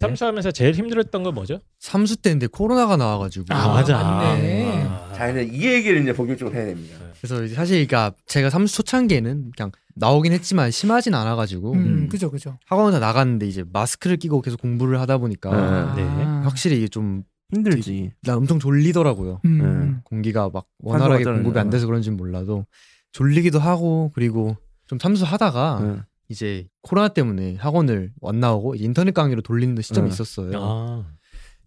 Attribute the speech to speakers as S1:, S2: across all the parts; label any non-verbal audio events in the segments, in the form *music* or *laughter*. S1: 참수하면서 제일 힘들었던 건 뭐죠?
S2: 삼수 때인데 코로나가 나와가지고
S3: 아, 맞아. 맞네.
S4: 아. 자, 이제 이 얘기를 이제 본격적으로 해야 됩니다.
S2: 그래서 이제 사실 그러니까 제가 삼수 초창기에는 그냥 나오긴 했지만 심하진 않아가지고
S3: 음, 그죠, 그죠.
S2: 학원을 다 나갔는데 이제 마스크를 끼고 계속 공부를 하다 보니까
S4: 네.
S2: 확실히 이게 좀 나
S5: 힘들지.
S2: 엄청 졸리더라고요.
S3: 음.
S2: 공기가 막 원활하게
S5: 산소가
S2: 공급이 안
S5: 떨어지잖아.
S2: 돼서 그런지는 몰라도 졸리기도 하고 그리고 좀
S4: 아,
S2: 삼수하다가
S5: 응.
S2: 이제 코로나 때문에 학원을 안 나오고 이제 인터넷 강의로 돌리는 시점이
S5: 응.
S2: 있었어요.
S1: 아,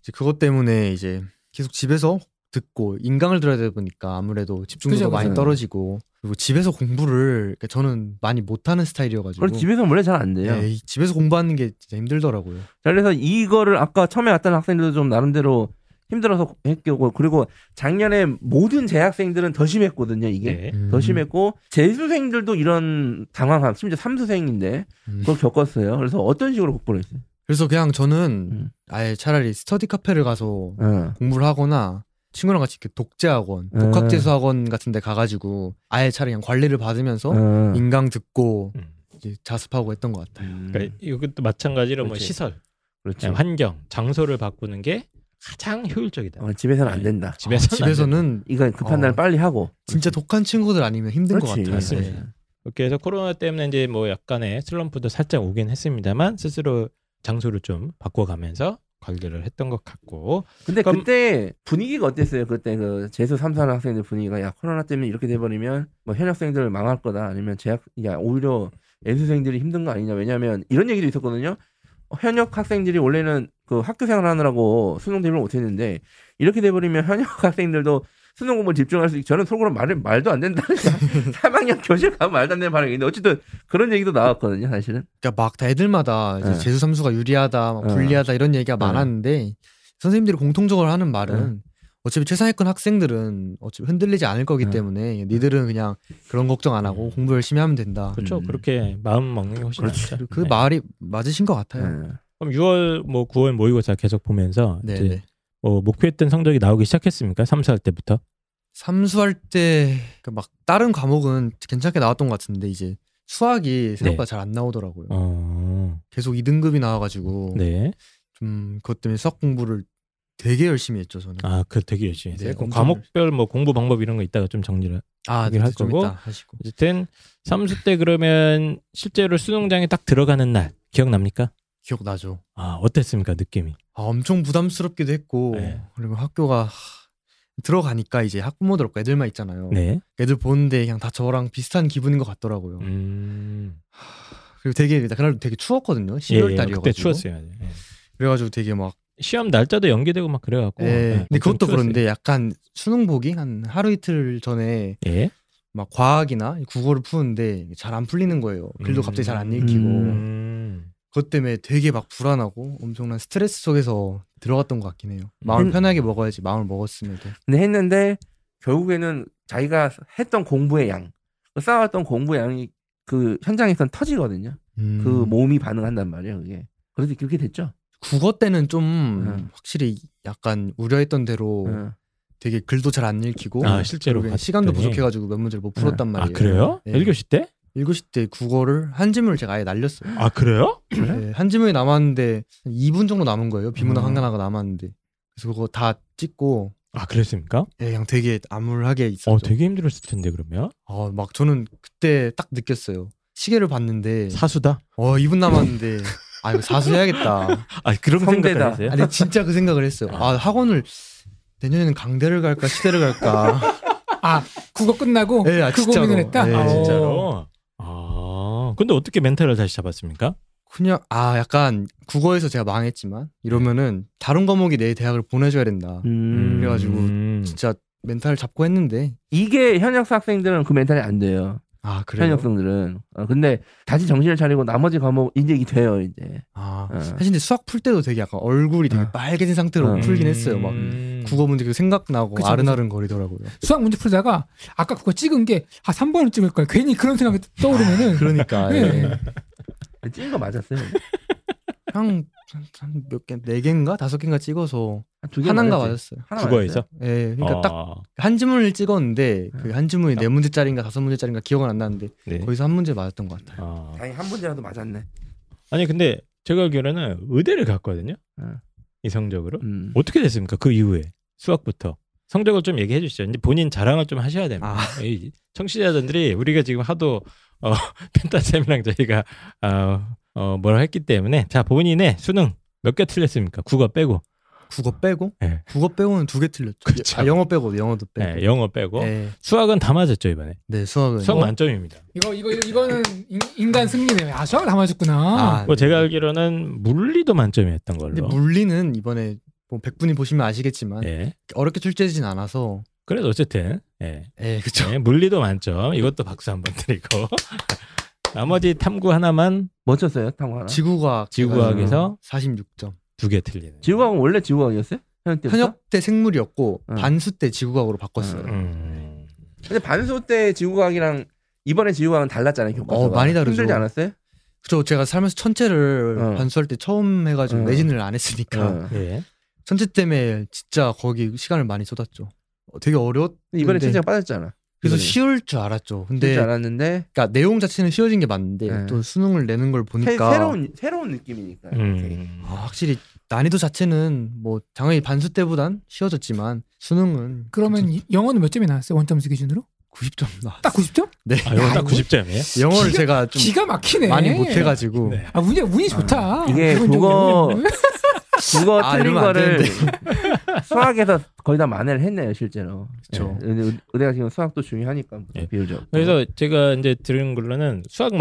S2: 이제 그것 때문에 이제 계속 집에서 듣고 인강을 들어야 되다 보니까 아무래도 집중도가
S3: 그죠,
S2: 많이
S5: 그죠.
S2: 떨어지고 그리고 집에서 공부를 그러니까 저는 많이 못하는 스타일이어가지고
S5: 그리고 집에서 원래 잘 안
S4: 네.
S5: 돼요.
S2: 예, 이 집에서 공부하는 게 진짜 힘들더라고요.
S5: 자, 그래서 이거를 아까 처음에 왔던 학생들도 좀 나름대로 힘들어서 했고 그리고 작년에 모든 재학생들은 더 심했거든요 이게
S1: 네.
S5: 예,
S2: 음.
S5: 더 심했고 재수생들도 이런 당황함 심지어 삼수생인데
S2: 음.
S5: 그걸 겪었어요 그래서 어떤 식으로 극복을 했어요?
S2: 그래서 그냥 저는
S5: 음.
S2: 아예 차라리 스터디 카페를 가서
S5: 어.
S2: 공부를 하거나 친구랑 같이 이렇게 독재 학원,
S5: 음.
S2: 독학재수 학원 같은 데 가가지고 아예 차라리 그냥 관리를 받으면서
S5: 어.
S2: 인강 듣고
S1: 음.
S2: 이제 자습하고 했던 것 같아요.
S1: 그러니까 이것도 마찬가지로 뭐
S5: 그렇지.
S1: 시설,
S5: 음. 그렇지.
S4: 네,
S1: 그냥 환경, 장소를 바꾸는 게 가장 효율적이다.
S5: 어, 집에서는 안 된다.
S1: 집에서는, 안 된다.
S2: 집에서는
S5: 이건 급한
S2: 어.
S5: 날 빨리 하고.
S2: 진짜 독한 친구들 아니면 힘든
S5: 그렇지.
S2: 것 같아요. 네.
S1: 맞습니다. 그렇게 해서 코로나 때문에 이제 뭐 약간의 슬럼프도 살짝 오긴 했습니다만 스스로 장소를 좀 바꿔가면서 관리를 했던 것 같고
S5: 근데
S1: 그럼-
S5: 그때 분위기가 어땠어요? 그때 그 재수 삼수하는 학생들 분위기가 야 코로나 때문에 이렇게 돼버리면 뭐 현학생들 망할 거다 아니면 재학 야 오히려 애수생들이 힘든 거 아니냐 왜냐하면 이런 얘기도 있었거든요. 어, 현역 학생들이 원래는 그 학교 생활하느라고 수능 대비를 못했는데 이렇게 돼버리면 현역 *laughs* 학생들도 수능 공부 를 집중할 수 있. 저는 속으로 말을 말도 안 *laughs* 된다. 3학년 교실 가면 말도 안 되는 반응인데 어쨌든 그런 얘기도 나왔거든요 사실은.
S2: 그러니까 막 다 애들마다 이제
S1: 예.
S5: 네.
S2: 재수 삼수가 유리하다, 막
S5: 네.
S2: 불리하다 이런 얘기가
S5: 네.
S2: 많았는데 선생님들이 공통적으로 하는 말은
S1: 예.
S2: 어차피 최상위권 학생들은 어차피 흔들리지 않을 거기
S5: 네.
S2: 때문에 니들은 그냥 그런 걱정 안 하고 공부 열심히 하면 된다.
S1: 그렇죠
S5: 음.
S1: 예. 그렇게 마음 먹는 게 훨씬 낫죠.
S2: 그
S1: 네. 예.
S2: 말이 맞으신 것 같아요.
S5: 네.
S1: 그럼 6월 뭐 9월 모의고사 계속 보면서
S2: 네.
S1: 이제
S2: 네.
S1: 뭐 목표했던 성적이 나오기 시작했습니까? 삼수할 때부터
S2: 삼수할 때 그러니까 막 다른 과목은 괜찮게 나왔던 것 같은데 이제 수학이 생각보다 잘 안 나오더라고요.
S1: 네. 어,
S2: 계속 2등급이 나와가지고
S1: 네.
S2: 좀 그것 때문에 수학 공부를 되게 열심히 했죠 저는.
S1: 아, 그 되게 열심히 했어요.
S2: 네,
S1: 그럼
S2: 엄청
S1: 과목별 뭐 공부 방법 이런 거 이따가 좀 정리를.
S2: 아,
S1: 얘기를 할
S2: 좀
S1: 거고.
S2: 이따 하시고.
S1: 어쨌든 삼수 때 그러면 실제로 수능장에 딱 들어가는 날 기억납니까?
S2: 기억나죠.
S1: 아, 어땠습니까 느낌이?
S2: 아, 엄청 부담스럽기도 했고
S1: 네.
S2: 그리고 학교가 하, 들어가니까 이제 학부모들 없고 애들만 있잖아요.
S1: 네.
S2: 애들 보는데 그냥 다 저랑 비슷한 기분인 것 같더라고요.
S1: 음.
S2: 그리고 되게 그날 되게 추웠거든요.
S1: 예,
S2: 12월
S1: 예,
S2: 달이어가지고.
S1: 그때 추웠어요. 예.
S2: 그래가지고 되게 막.
S1: 시험 날짜도 연기되고 막 그래갖고.
S2: 예.
S1: 예,
S2: 근데
S1: 엄청
S2: 그것도
S1: 추웠어요.
S2: 그런데 약간 수능복이 한 하루 이틀 전에
S1: 예.
S2: 막 과학이나 국어를 푸는데 잘 안 풀리는 거예요. 글도
S1: 음.
S2: 갑자기 잘 안 읽히고
S1: 음.
S2: 그것 때문에 되게 막 불안하고 엄청난 스트레스 속에서 들어갔던 것 같긴 해요. 마음
S5: 음.
S2: 편하게 먹어야지 마음을 먹었으면 돼.
S5: 근데 네, 했는데 결국에는 자기가 했던 공부의 양, 그 쌓아왔던 공부의 양이 그 현장에선 터지거든요.
S2: 음.
S5: 그 몸이 반응한단 말이에요. 그게 그래서 그렇게 됐죠.
S2: 국어 때는 좀
S1: 네.
S5: 음.
S2: 확실히 약간 우려했던 대로
S5: 어.
S2: 되게 글도 잘 안 읽히고
S1: 아, 실제로
S2: 그리고
S1: 봤더니.
S2: 시간도 부족해가지고 몇 문제를 못 풀었단
S1: 아
S2: 말이에요.
S1: 그래요?
S2: 네.
S1: 1교시 때?
S2: 1교시 때 국어를 한 지문을 제가 아예 날렸어요.
S1: 아 그래요?
S2: 네, 한 지문이 남았는데 한 2분 정도 남은 거예요. 비문학
S5: 음.
S2: 한 하나가 남았는데 그래서 그거 다 찍고
S1: 아 그랬습니까?
S2: 예, 그냥 되게 암울하게 있었죠.
S1: 어 되게 힘들었을 텐데 그러면
S2: 어, 막 저는 그때 딱 느꼈어요. 시계를 봤는데
S1: 사수다.
S2: 어 2분 남았는데 아
S1: *laughs*
S2: 이거 사수해야겠다.
S1: 아 그런
S5: 성대다.
S1: 생각을
S3: 예?
S1: 했어요?
S2: 아니 진짜 그 생각을 했어요. 아 학원을 내년에는 강대를 갈까 시대를
S3: *laughs*
S2: 갈까.
S3: 아, 국어 끝나고
S2: 예, 아,
S3: 그
S2: 진짜로.
S3: 고민을 했다.
S2: 예,
S3: 아,
S1: 아,
S3: 어.
S1: 진짜로. 아 근데 어떻게 멘탈을 다시 잡았습니까?
S2: 그냥 아 약간 국어에서 제가 망했지만 이러면은 다른 과목이 내 대학을 보내줘야 된다.
S5: 음.
S2: 그래가지고
S1: 음.
S2: 진짜 멘탈 잡고 했는데
S5: 이게 현역 학생들은 그 멘탈이 안 돼요.
S2: 아 그래요.
S5: 현역 학생들은. 어, 근데 다시 정신을 차리고 나머지 과목 이제 이게 돼요 이제.
S2: 아 *laughs*
S5: 어.
S2: 사실 근데 수학 풀 때도 되게 약간 얼굴이 되게
S3: 아.
S5: 어.
S2: 빨개진 상태로
S5: 어.
S2: 풀긴 했어요. 막
S1: 음.
S2: 국어 문제 그 생각나고
S3: 그쵸,
S2: 아른아른 거리더라고요.
S3: 수학 문제 풀다가 아까 그거 찍은 게 아, 3번을 찍을 걸. 괜히 그런 생각이 떠오르면은
S2: 그러니까 예.
S3: 예.
S5: 찍은 거 맞았어요.
S2: 한몇 개, 네 개인가 다섯 개인가 찍어서
S5: 한두 개
S2: 하나인가
S5: 맞았지?
S2: 맞았어요.
S5: 하나
S1: 국어에서.
S5: 맞았어요?
S2: 예, 그러니까
S1: 아,
S2: 딱 한 지문을 찍었는데 그 한 지문이 네 문제짜리인가 다섯 문제짜리인가 기억은 안 나는데
S1: 네.
S2: 거기서 한 문제 맞았던 것 같아요.
S1: 아.
S5: 다행히 한 문제라도 맞았네.
S1: 아니 근데 제가 알기로는 의대를 갔거든요.
S2: 네.
S5: 음.
S1: 이성적으로.
S5: 음.
S1: 어떻게 됐습니까? 그 이후에 수학부터 성적을 좀 얘기해 주시죠. 이제 본인 자랑을 좀 하셔야 됩니다.
S2: 아.
S1: 이 청취자분들이 우리가 지금 하도 어, *laughs* 펜타쌤이랑 저희가 어, 어, 뭐라 했기 때문에 자 본인의 수능 몇 개 틀렸습니까? 국어 빼고
S2: 국어 빼고?
S1: 네.
S2: 국어 빼고는 두 개 틀렸죠.
S1: 그쵸.
S2: 아, 영어 빼고 영어도 빼고.
S1: 네, 영어 빼고
S2: 네.
S1: 수학은 다 맞았죠 이번에
S2: 네, 수학은.
S1: 수학 만점입니다.
S3: 이거 이거 이거- 이거는 인- 인간 승리네요. 아, 수학을 담아줬구나.
S2: 아,
S1: 뭐
S2: 네.
S1: 제가 알기로는 물리도 만점이었던
S2: 근데
S1: 걸로.
S2: 물리는 이번에 뭐 백분이 보시면 아시겠지만
S1: 예.
S2: 어렵게 출제되진 않아서.
S1: 그래도 어쨌든 예.
S2: 예, 그쵸.
S1: 예, 물리도 만점. 이것도 박수 한번 드리고 *laughs* 나머지 탐구 하나만
S5: 뭐 쳤어요? 탐구 하나?
S2: 지구과학.
S1: 지구과학에서
S2: 46점.
S1: 두 개 틀리는.
S5: 음. 지구학은 원래 지구학이었어요? 현역 때부터?
S2: 현역 때 생물이었고
S5: 응.
S2: 반수 때 지구과학으로 바꿨어요.
S5: 응.
S1: 음.
S5: 근데 반수 때 지구학이랑 이번에 지구학은 달랐잖아요. 교과서가.
S2: 어, 많이 다르죠.
S5: 힘들지 않았어요?
S2: 그죠. 제가 살면서 천체를
S5: 응.
S2: 반수할 때 처음 해가지고
S5: 응.
S2: 매진을 안 했으니까
S5: 어.
S1: 예.
S2: 천체 때문에 진짜 거기 시간에 많이 쏟았죠. 어, 되게 어려웠.
S5: 근데 이번에 천체가 빠졌잖아.
S2: 그래서
S5: 이번에.
S2: 쉬울 줄 알았죠. 근데
S5: 쉽지 않았는데
S2: 그러니까 내용 자체는 쉬워진 게 맞는데
S5: 네.
S2: 또 수능을 내는 걸 보니까
S5: 새, 로운 새로운 느낌이니까.
S1: 음.
S5: 이렇게.
S2: 아, 확실히 난이도 자체는 뭐 당연히 반수 때보단 쉬워졌지만 수능은
S3: 그러면 이- 영어는 몇 점이 나왔어요? 원점수 기준으로?
S2: 90점 나.
S3: 딱 90점?
S2: 네.
S1: 아, 이거 딱
S3: 이거-
S1: 90점이에요?
S2: 영어를 제가 좀
S3: 기가 막히네.
S2: 많이 못 해가지고
S1: 네.
S3: 아 운이 운이 좋다.
S5: 이게
S3: 기본적으로.
S5: 그거- 국어
S2: 아,
S5: 틀린
S2: 이러면 안
S5: 거를 *laughs* 수학에서 거의 다 만회를 했네요, 실제로.
S2: 그쵸.
S5: 예, 의대- 의대가 지금 수학도 중요하니까 뭐
S1: 예.
S5: 비율적.
S1: 그래서 제가 이제 들은 걸로는 수학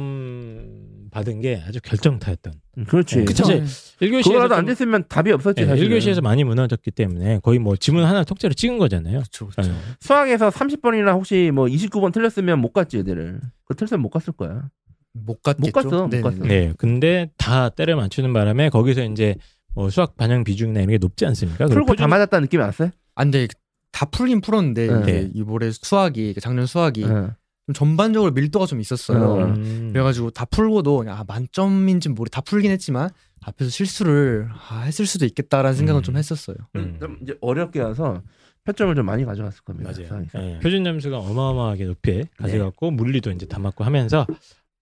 S1: 만점 받은 게 아주 결정타였던.
S5: 음, 그렇지.
S1: 예,
S3: *laughs* 그쵸.
S1: 사실
S5: 그거라도
S1: 1교시에서
S5: 안
S1: 예,
S5: 됐으면 답이 없었지. 사실은.
S1: 1교시에서 많이 무너졌기 때문에 거의 뭐 지문 하나 통째로 찍은 거잖아요.
S2: 그렇죠.
S1: 예.
S5: 수학에서 30번이나 혹시 뭐 29번 틀렸으면 못 갔지, 애들을. 그 틀렸으면 못 갔을 거야.
S2: 못 갔겠죠.
S5: 못 갔어, 못
S2: 네네네.
S5: 갔어.
S1: 네. 근데 다 때를 맞추는 바람에 거기서 이제 뭐 수학 반영 비중이나 이런 게 높지 않습니까?
S5: 풀고
S1: 그리고
S5: 다 맞았다는 느낌이 안 써요?
S2: 안 돼. 아, 다 풀긴 풀었는데
S5: 네.
S2: 이제 이번에 수학이 그 작년 수학이
S5: 예.
S2: 좀 전반적으로 밀도가 좀 있었어요.
S5: 음.
S1: 음.
S2: 그래가지고 다 풀고도 아 만점인지 모르 다 풀긴 했지만 앞에서 실수를 아, 했을 수도 있겠다라는 생각은
S1: 음.
S2: 좀 했었어요.
S1: 음.
S5: 좀 이제 어렵게 와서 표점을 좀 많이 가져갔을 겁니다. 네.
S1: 맞아요.
S5: 수학에서.
S1: 예. 표준 점수가 어마어마하게 높이 가져갔고 물리도 이제 다 맞고 하면서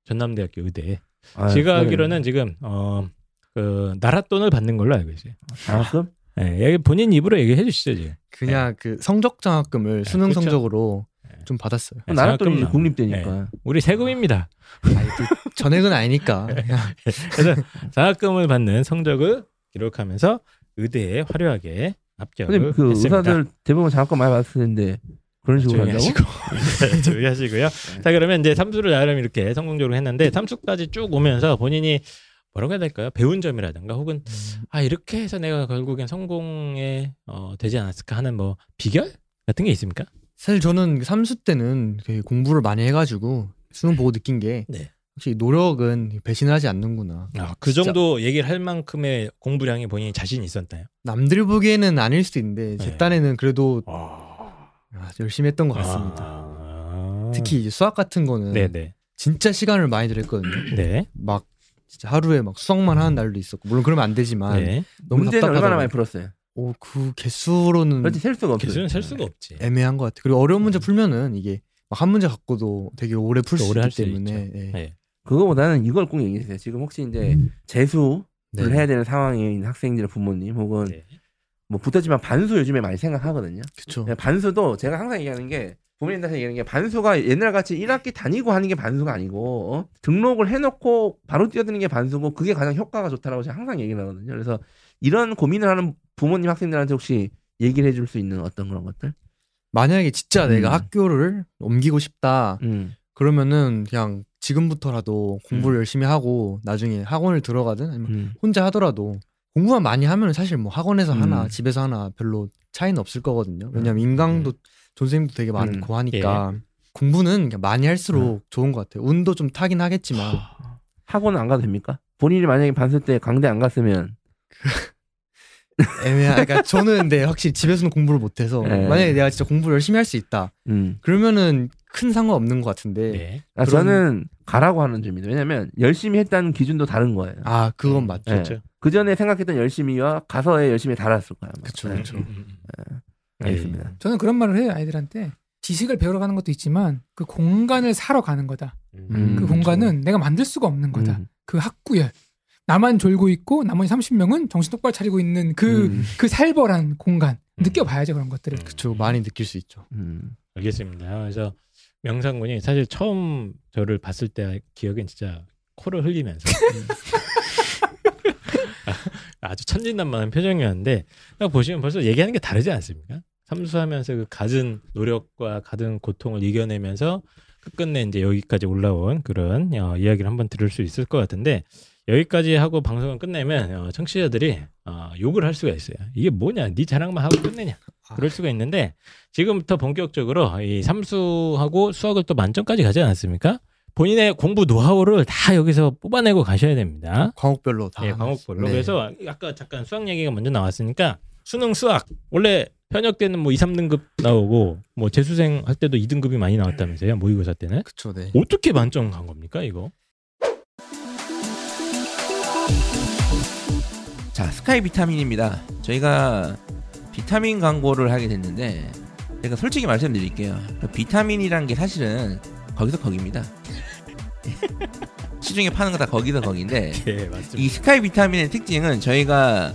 S1: 전남대학교 의대에
S5: 아,
S1: 제가
S5: 수학에는
S1: 알기로는 지금 어, 그 나라 돈을 받는 걸로 알고 있어요.
S5: 장학금?
S1: 예, 여기 본인 입으로 얘기해 주시죠. 지금. 예,
S2: 그냥 그 성적 장학금을 수능
S1: 네. 그쵸.
S2: 성적으로 좀 받았어요.
S1: 예,
S5: 나라 돈이
S1: 장학금 나오고.
S5: 국립대니까.
S1: 예, 우리 세금입니다.
S2: 아니, 또 전액은
S1: *laughs*
S2: 아니니까
S1: 네.
S2: 그냥
S5: *laughs*
S1: 그래서 장학금을 받는 성적을 기록하면서 의대에 화려하게 합격을
S5: 근데 그
S1: 했습니다.
S5: 의사들 대부분 장학금 많이 받았을 텐데 그런 식으로
S1: 조용히
S5: 한다고?
S1: 하시고 *laughs* 네, 조용히 하시고요. 자 그러면 이제 삼수를 나름 이렇게 성공적으로 했는데 삼수까지 쭉 오면서 본인이 뭐라고 해야 될까요? 배운 점이라든가 혹은 아 이렇게 해서 내가 결국엔 성공에 어, 되지 않았을까 하는 뭐 비결 같은 게 있습니까?
S2: 사실 저는 그 삼수 때는 되게 공부를 많이 해가지고 수능 보고 느낀 게
S1: 네.
S2: 혹시 노력은 배신하지 않는구나.
S1: 아, 그
S2: 진짜.
S1: 정도 얘기를 할 만큼의 공부량이 본인이 자신이 있었나요?
S2: 남들 보기에는 아닐 수도 있는데 제
S1: 네.
S2: 딴에는 그래도
S1: 아,
S2: 아, 열심히 했던 것 같습니다.
S1: 아.
S2: 특히 이제 수학 같은 거는
S1: 네네
S2: 진짜 시간을 많이 들였거든요.
S1: 네.
S2: 막 진짜 하루에 막 수학만 하는 날도 있었고 물론 그러면 안 되지만
S1: 네.
S2: 너무
S5: 예. 문제는 얼마나
S2: 답답하다.
S5: 많이 풀었어요?
S2: 오그 개수로는
S5: 그렇지 음. 셀 수가 없어요.
S1: 개수는 음. 셀 수가 없지.
S2: 애매한 것 같아. 요 그리고 어려운 문제 풀면은 이게 막 한 문제 갖고도 되게 오래 풀 수
S1: 오래 할
S2: 있기
S1: 수
S2: 때문에 예.
S1: 네.
S5: 그거보다는 이걸 꼭 얘기해주세요. 지금 혹시 이제
S1: 음.
S5: 재수를
S2: 네.
S5: 해야 되는 상황인 학생들의 부모님 혹은
S1: 네.
S5: 뭐 붙었지만 반수 요즘에 많이 생각하거든요.
S2: 그쵸.
S5: 그냥 네, 반수도 제가 항상 얘기하는 게 부모님들한테 얘기하는 게 반수가 옛날같이 1학기 다니고 하는 게 반수가 아니고 어? 등록을 해놓고 바로 뛰어드는 게 반수고 그게 가장 효과가 좋다라고 제가 항상 얘기를 하거든요. 그래서 이런 고민을 하는 부모님 학생들한테 혹시 얘기를 해줄 수 있는 어떤 그런 것들?
S2: 만약에 진짜 내가
S5: 음.
S2: 학교를 옮기고 싶다
S5: 음.
S2: 그러면은 그냥 지금부터라도 공부를 열심히 하고 나중에 학원을 들어가든 아니면
S5: 음.
S2: 혼자 하더라도 공부만 많이 하면 사실 뭐 학원에서
S5: 음.
S2: 하나 집에서 하나 별로 차이는 없을 거거든요.
S1: 네.
S2: 왜냐면 인강도 존쌤도 되게
S1: 음.
S2: 많고 하니까
S1: 예.
S2: 공부는 그냥 많이
S1: 네.
S2: 할수록 좋은 것 같아요. 운도 좀 타긴 하겠지만
S5: 학원 안 가도 됩니까? 본인이 만약에 반수 때 강대 안 갔으면
S2: 애매한. 그러니까 저는 근데 확실히 집에서는 공부를 못해서
S5: 네.
S2: 만약에 내가 진짜 공부를 열심히 할 수 있다
S5: 음.
S2: 그러면은 큰 상관 없는 것 같은데
S1: 네.
S5: 아,
S2: 그런-
S5: 저는 가라고 하는 중입니다. 왜냐면 열심히 했다는 기준도 다른 거예요.
S2: 아 그건
S1: 음,
S2: 맞죠.
S1: 좋죠.
S5: 그 전에 생각했던 열심히와 가서의 열심히 달랐을 거야. 아마.
S2: 그쵸,
S5: 네.
S2: 그쵸.
S1: 음, 음, 음.
S5: 알겠습니다.
S3: 저는 그런 말을 해요 아이들한테 지식을 배우러 가는 것도 있지만 그 공간을 사러 가는 거다.
S1: 예.
S5: 음.
S3: 그 공간은 내가 만들 수가 없는 거다.
S5: 음.
S3: 그 학구열. 나만 졸고 있고 나머지 30명은 정신 똑바로 차리고 있는 그 그
S5: 음.
S3: 살벌한 공간
S1: 음.
S3: 느껴봐야죠 그런 것들을.
S2: 그쵸 많이 느낄 수 있죠.
S5: 음.
S1: 알겠습니다. 그래서 명상군이 사실 처음 저를 봤을 때 기억엔 진짜 코를 흘리면서 *laughs* 아주 천진난만한 표정이었는데 딱 보시면 벌써 얘기하는 게 다르지 않습니까? 삼수하면서 그 갖은 노력과 갖은 고통을 이겨내면서 끝끝내 이제 여기까지 올라온 그런 어, 이야기를 한번 들을 수 있을 것 같은데 여기까지 하고 방송을 끝내면 어, 청취자들이 어, 욕을 할 수가 있어요. 이게 뭐냐? 네 자랑만 하고 끝내냐? 그럴 수가 있는데 지금부터 본격적으로 이 삼수하고 수학을 또 만점까지 가지 않았습니까? 본인의 공부 노하우를 다 여기서 뽑아내고 가셔야 됩니다.
S2: 과목별로 다.
S1: 예, 과목별로.
S2: 네.
S1: 그래서 아까 잠깐 수학 얘기가 먼저 나왔으니까 수능 수학 원래 현역 때는 뭐 2, 3등급 나오고 뭐 재수생 할 때도 2등급이 많이 나왔다면서요. 모의고사 때는.
S2: 그쵸 네.
S1: 어떻게 만점 간 겁니까, 이거?
S5: 자 스카이 비타민입니다. 저희가 비타민 광고를 하게 됐는데 제가 솔직히 말씀드릴게요. 그 비타민이란 게 사실은 거기서 거기입니다. *laughs* 시중에 파는 거 다 거기서 거기인데
S1: 예, 맞습니다.
S5: 이 스카이 비타민의 특징은 저희가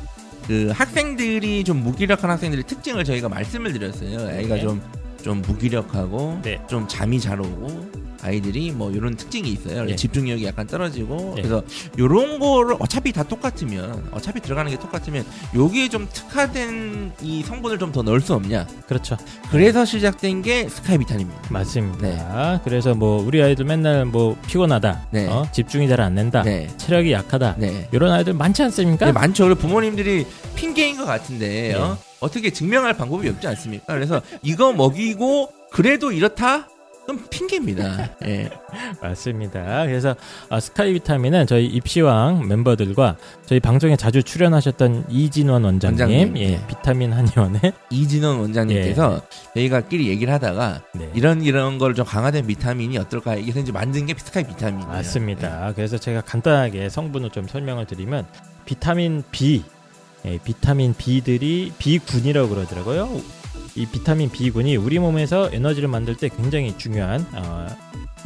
S5: 그 학생들이 좀 무기력한 학생들의 특징을 저희가 말씀을 드렸어요. 아이가
S1: 네.
S5: 좀, 좀 무기력하고
S1: 네.
S5: 좀 잠이 잘 오고 아이들이 뭐 이런 특징이 있어요.
S1: 네.
S5: 집중력이 약간 떨어지고
S1: 네.
S5: 그래서 요런 거를 어차피 다 똑같으면 어차피 들어가는 게 똑같으면 여기에 좀 특화된 이 성분을 좀 더 넣을 수 없냐.
S1: 그렇죠.
S5: 그래서 시작된 게 스카이 비타민입니다.
S1: 맞습니다. 그래서 뭐 우리 아이들 맨날 뭐 피곤하다,
S5: 네.
S1: 어? 집중이 잘 안 된다,
S5: 네.
S1: 체력이 약하다
S5: 네.
S1: 이런 아이들 많지 않습니까?
S5: 네, 많죠. 우리 부모님들이 핑계인 것 같은데
S1: 네.
S5: 어? 어떻게 증명할 방법이 없지 않습니까? 그래서 이거 먹이고 그래도 이렇다? 그럼 핑계입니다.
S1: *laughs*
S5: 예.
S1: 맞습니다. 그래서 아, 스카이 비타민은 저희 입시왕 멤버들과 저희 방송에 자주 출연하셨던 이진원 원장님,
S5: 원장님. 네,
S1: 예, 비타민 한의원의
S5: 이진원 원장님께서 저희가끼리 얘기를 하다가
S1: 예. 네.
S5: 이런 이런 걸 좀 강화된 비타민이 어떨까 해서 이제 만든 게 비스카이 비타민이에요.
S1: 맞습니다. 그래서 제가 간단하게 성분을 좀 설명을 드리면 비타민 B, 예, 비타민 B들이 B군이라고 그러더라고요. 이 비타민 B군이 우리 몸에서 에너지를 만들 때 굉장히 중요한 어,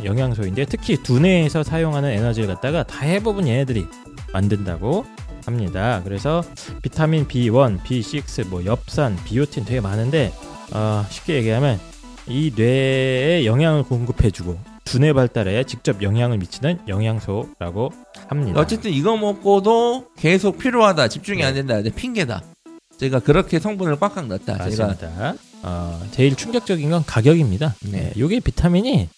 S1: 영양소인데 특히 두뇌에서 사용하는 에너지를 갖다가 대부분 얘네들이 만든다고 합니다. 그래서 비타민 B1, B6, 뭐 엽산, 비오틴 되게 많은데 어, 쉽게 얘기하면 이 뇌에 영양을 공급해주고 두뇌 발달에 직접 영향을 미치는 영양소라고 합니다.
S5: 어쨌든 이거 먹고도 계속 필요하다, 집중이
S1: 네.
S5: 안 된다, 이제 핑계다. 저희가 그렇게 성분을 꽉꽉 넣었다. 저희가
S1: 맞습니다. 어, 제일 충격적인 건 가격입니다.
S5: 네.
S1: 네. 요게 비타민이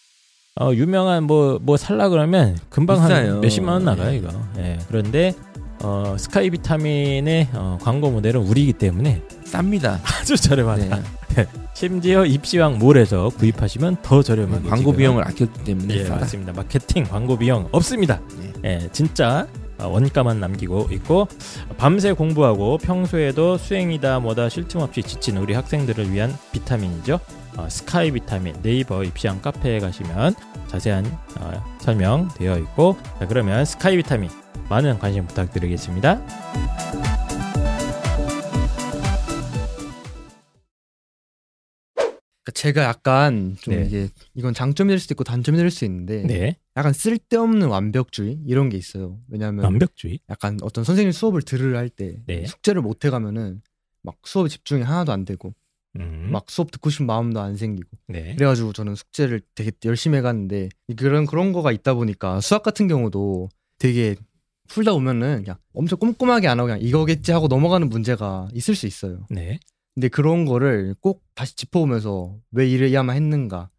S1: 어, 유명한 뭐, 뭐 살라 그러면 금방
S5: 비싸요.
S1: 한 몇십만 원 나가요,
S5: 네.
S1: 이거. 예, 그런데 어, 스카이 비타민의 어, 광고 모델은 우리이기 때문에 *laughs*
S5: 쌉니다.
S1: 아주 저렴하다.
S5: 네.
S1: 심지어 입시왕 몰에서 구입하시면 더 저렴하게.
S5: 네, 광고
S1: 지금.
S5: 비용을 네, 아꼈기 네. 때문에
S1: 예,
S5: 싸다.
S1: 맞습니다. 마케팅 광고 비용 없습니다. 예, 진짜 어, 원가만 남기고 있고 밤새 공부하고 평소에도 수행이다 뭐다 쉴 틈 없이 지친 우리 학생들을 위한 비타민이죠. 어, 스카이 비타민 네이버 입시한 카페에 가시면 자세한 어, 설명 되어 있고 자 그러면 스카이 비타민 많은 관심 부탁드리겠습니다.
S2: 그러니까 제가 약간 좀
S1: 네.
S2: 이게 이건 장점이 될 수도 있고 단점이 될 수 있는데
S1: 네,
S2: 약간 쓸데없는 완벽주의 이런 게 있어요. 왜냐하면
S1: 완벽주의.
S2: 약간 어떤 선생님 수업을 들을 할 때
S1: 네.
S2: 숙제를 못 해가면은 막 수업에 집중이 하나도 안 되고
S1: 음,
S2: 막 수업 듣고 싶은 마음도 안 생기고
S1: 네.
S2: 그래가지고 저는 숙제를 되게 열심히 해갔는데 그런 그런 거가 있다 보니까 수학 같은 경우도 되게 풀다 보면은 그냥 엄청 꼼꼼하게 안 하고 그냥 이거겠지 하고 넘어가는 문제가 있을 수 있어요.
S1: 네.
S2: 근데 그런 거를 꼭 다시 짚어보면서 왜 이래야만 했는가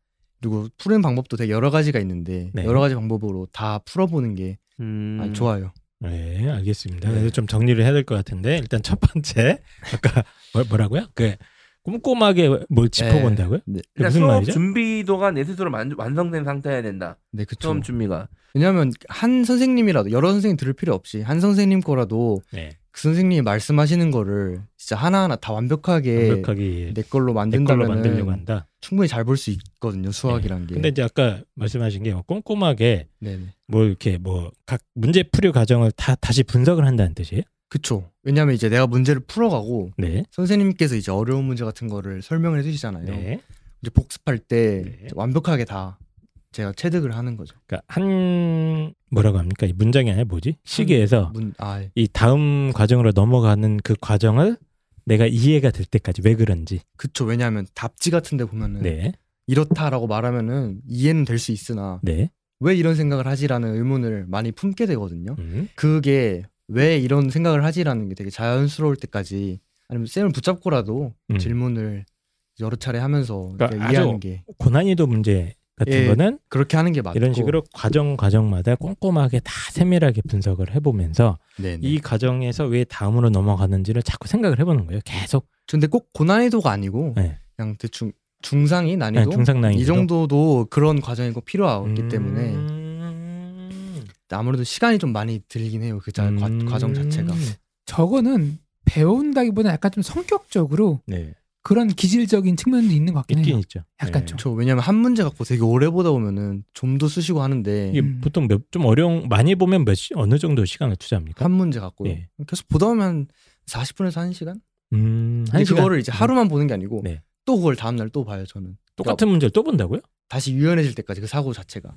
S2: 그리고 푸는 방법도 되게 여러 가지가 있는데
S1: 네.
S2: 여러 가지 방법으로 다 풀어보는 게
S5: 음.
S2: 아, 좋아요.
S1: 네, 알겠습니다. 그래서 좀 정리를 해야 될 것 같은데 일단 첫 번째 *laughs* 아까 뭐, 뭐라고요? 그 꼼꼼하게 뭘 짚어본다고요?
S2: 네,
S1: 그게
S5: 그러니까
S1: 무슨
S5: 수업
S1: 말이죠?
S5: 준비도가 내 스스로 만, 완성된 상태여야 된다.
S2: 네 그쵸.
S5: 수업 준비가.
S2: 왜냐하면 한 선생님이라도 여러 선생님 들을 필요 없이 한 선생님 거라도
S1: 네.
S2: 그 선생님이 말씀하시는 거를 진짜 하나하나 다 완벽하게
S1: 네, 완벽하게
S2: 내 걸로 네.
S1: 내 걸로
S2: 만든다면
S1: 만들려고 한다.
S2: 충분히 잘 볼 수 있거든요 수학이란 게.
S1: 근데 이제 아까 말씀하신 게뭐 꼼꼼하게
S2: 네네.
S1: 뭐 이렇게 뭐 각 문제 풀이 과정을 다 다시 분석을 한다는 뜻이에요?
S2: 그쵸. 왜냐하면 이제 내가 문제를 풀어가고
S1: 네.
S2: 선생님께서 이제 어려운 네. 문제 같은 거를 설명을 해주시잖아요.
S1: 네.
S2: 이제 복습할 때
S1: 네.
S2: 완벽하게 다 제가 체득을 하는 거죠.
S1: 그러니까 한 뭐라고 합니까? 이 문장이 아니라 뭐지? 시기에서
S2: 문, 아, 예.
S1: 이 다음 과정으로 넘어가는 그 과정을 내가 이해가 될 때까지 왜 그런지.
S2: 그쵸. 왜냐하면 답지 같은 데 보면은
S1: 네.
S2: 이렇다라고 말하면은 이해는 될 수 있으나
S1: 네.
S2: 왜 이런 생각을 하지라는 의문을 많이 품게 되거든요.
S1: 음.
S2: 그게 왜 이런 생각을 하지라는 게 되게 자연스러울 때까지 아니면 쌤을 붙잡고라도
S1: 음.
S2: 질문을 여러 차례 하면서
S1: 그러니까
S2: 이제
S1: 아주
S2: 이해하는 게
S1: 고난이도 문제 같은
S2: 예,
S1: 거는
S2: 그렇게 하는 게 맞고
S1: 이런 식으로 과정 과정마다 꼼꼼하게 다 세밀하게 분석을 해보면서
S2: 네네.
S1: 이 과정에서 왜 다음으로 넘어가는지를 자꾸 생각을 해보는 거예요. 계속
S2: 근데 꼭 고난이도가 아니고
S1: 네.
S2: 그냥 대충 중상이 난이도
S1: 그냥 예, 중상 난이도 음.
S2: 이 정도도 그런 과정이 꼭 필요하기 때문에 아무래도 시간이 좀 많이 들긴 해요 그 자, 과,
S1: 음.
S2: 과정 자체가
S3: 저거는 배운다기보다 약간 좀 성격적으로
S1: 네.
S3: 그런 기질적인 측면도 있는 것 같긴
S1: 있긴
S3: 해요.
S1: 있죠.
S3: 약간
S1: 네.
S3: 좀.
S2: 저 왜냐면 한 문제 갖고 되게 오래 보다 보면은 좀 더 쓰시고 하는데
S1: 이게
S3: 음.
S1: 보통 몇 좀 어려운 많이 보면 몇 시, 어느 정도 시간을 투자합니까?
S2: 한 문제 갖고 요
S1: 예.
S2: 계속 보다 보면 한 40분에서 한시간
S1: 음, 한
S2: 근데
S1: 시간.
S2: 그거를 이제 하루만 보는 게 아니고
S1: 네.
S2: 또 그걸 다음 날 또 봐요 저는
S1: 똑같은 문제를 또 본다고요?
S2: 다시 유연해질 때까지 그 사고 자체가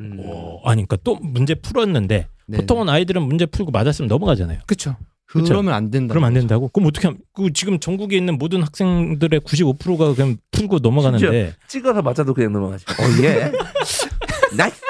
S5: 음.
S1: 오, 아니 그러니까 또 문제 풀었는데
S2: 네.
S1: 보통은 아이들은 문제 풀고 맞았으면 넘어가잖아요.
S3: 그렇죠.
S1: 그쵸.
S2: 그러면 안 된다
S1: 그럼 안 된다고? 그럼 어떻게 함? 그 지금 전국에 있는 모든 학생들의 95%가 그냥 풀고 넘어가는데
S5: 찍어서 맞아도 그냥 넘어가지.
S4: 어, 예.
S5: *laughs* 나이스.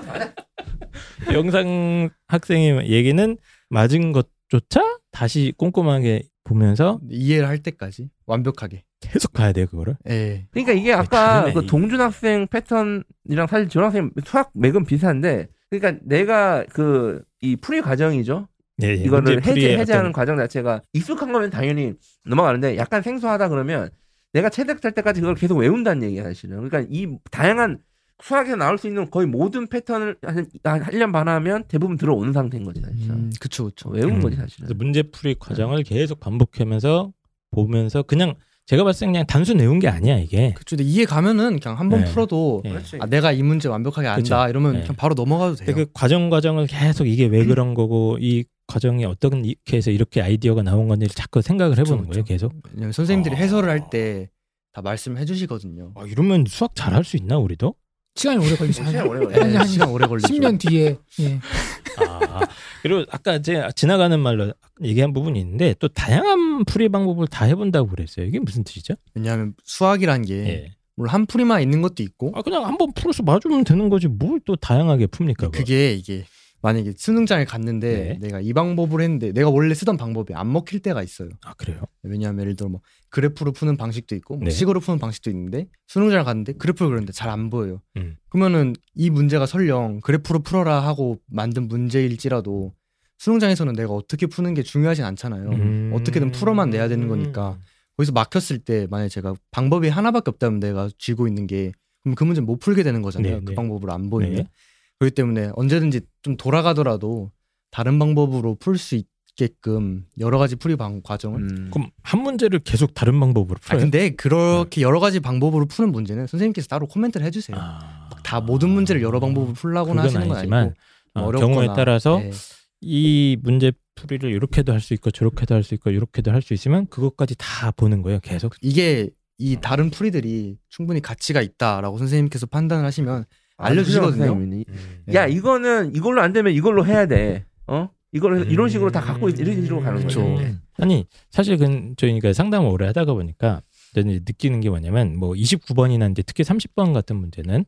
S1: *laughs* 영상 학생의 얘기는 맞은 것조차 다시 꼼꼼하게 보면서
S2: 이해를 할 때까지 완벽하게
S1: 계속 가야 돼요 그거를.
S2: 예
S5: 그러니까 이게
S1: 아,
S5: 아까
S1: 다르네.
S5: 그 동준 학생 패턴이랑 사실 지원 학생 수학 맥은 비슷한데 그러니까 내가 그 이 풀이 과정이죠.
S1: 예, 예. 문제
S5: 이거를
S1: 풀이의
S5: 해제 해제하는
S1: 어떤-
S5: 과정 자체가 익숙한 거면 당연히 넘어가는데 약간 생소하다 그러면 내가 체득될 때까지 그걸 계속 외운다는 얘기야 사실은. 그러니까 이 다양한 수학에서 나올 수 있는 거의 모든 패턴을 한1년반 하면 대부분 들어오는 상태인 거지 사실은.
S2: 음, 그쵸 그쵸
S5: 외운
S1: 음.
S5: 거지 사실은. 네.
S1: 그래서 문제 풀이 과정을 계속 반복하면서 보면서 그냥 제가 봤을 때 그냥 단순 외운 게 아니야 이게.
S2: 그쵸 근데 이해 가면은 그냥 한 번
S1: 네.
S2: 풀어도
S1: 예.
S5: 그렇지.
S2: 아, 내가 이 문제 완벽하게 안다
S1: 그쵸.
S2: 이러면
S1: 네.
S2: 그냥 바로 넘어가도 돼요.
S1: 근데 그 과정 과정을 계속 이게
S5: 음.
S1: 왜 그런 거고 이 과정이 어떻게 해서 이렇게 아이디어가 나온 건지 를 자꾸 생각을 해보는
S2: 그쵸,
S1: 거예요
S2: 그쵸.
S1: 계속.
S2: 왜냐면 선생님들이
S1: 아.
S2: 해설을 할 때 다 말씀을 해주시거든요.
S1: 아, 이러면 수학 잘할 수 있나 우리도?
S3: 시간이 오래 걸리죠. 한
S5: 시간이 오래 걸려요.
S3: 아니,
S2: 네,
S3: 아니.
S2: 시간 오래 걸리죠.
S3: 10년 뒤에 예.
S1: 아, 그리고 아까 제 지나가는 말로 얘기한 부분이 있는데 또 다양한 풀이 방법을 다 해본다고 그랬어요. 이게 무슨 뜻이죠?
S2: 왜냐하면 수학이란
S1: 예.
S2: 게 물론 한 풀이만 있는 것도 있고
S1: 아 그냥 한번 풀어서 맞으면 되는 거지 뭘 또 다양하게 풉니까? 그걸.
S2: 그게 이게 만약에 수능장을 갔는데
S1: 네.
S2: 내가 이 방법을 했는데 내가 원래 쓰던 방법이 안 먹힐 때가 있어요.
S1: 아 그래요?
S2: 왜냐하면 예를 들어 뭐 그래프로 푸는 방식도 있고 뭐
S1: 네.
S2: 식으로 푸는 방식도 있는데 수능장을 갔는데 그래프를 그렸는데 잘 안 보여요.
S1: 음.
S2: 그러면은 이 문제가 설령 그래프로 풀어라 하고 만든 문제일지라도 수능장에서는 내가 어떻게 푸는 게 중요하진 않잖아요.
S1: 음.
S2: 어떻게든 풀어만 내야 되는 거니까. 거기서 막혔을 때 만약에 제가 방법이 하나밖에 없다면 내가 쥐고 있는 게 그럼 그 문제 못 풀게 되는 거잖아요.
S1: 네,
S2: 그
S1: 네.
S2: 방법으로 안 보이면.
S1: 네.
S2: 그렇기 때문에 언제든지 좀 돌아가더라도 다른 방법으로 풀 수 있게끔 여러 가지 풀이 방 과정을
S5: 음.
S1: 그럼 한 문제를 계속 다른 방법으로
S2: 아,
S1: 풀어요? 네.
S2: 근데 그렇게 여러 가지 방법으로 푸는 문제는 선생님께서 따로 코멘트를 해주세요.
S1: 아.
S2: 다 모든 문제를 여러 방법으로 풀라고는
S1: 그건
S2: 하시는 건
S1: 아니지만
S2: 아니고
S1: 아,
S2: 어렵거나,
S1: 경우에 따라서
S2: 네.
S1: 이 문제 풀이를 이렇게도 할 수 있고 저렇게도 할 수 있고 이렇게도 할 수 있으면 그것까지 다 보는 거예요 계속
S2: 이게
S1: 아.
S2: 이 다른 풀이들이 충분히 가치가 있다라고 선생님께서 판단을
S1: 아,
S2: 하시면 알려주시거든요. 네. 예.
S5: 선생님이.
S2: 음.
S5: 야 이거는 이걸로 안 되면 이걸로 해야 돼. 어? 이걸 로 이런 식으로 다
S1: 음.
S5: 갖고 있, 이런 식으로 가는
S2: 그쵸.
S1: 그렇죠.
S5: 거죠.
S1: 네. 아니 사실 그 저희가 상담을 오래 하다가 보니까 저는 이제 느끼는 게 뭐냐면 뭐 29번이나 이제 특히 30번 같은 문제는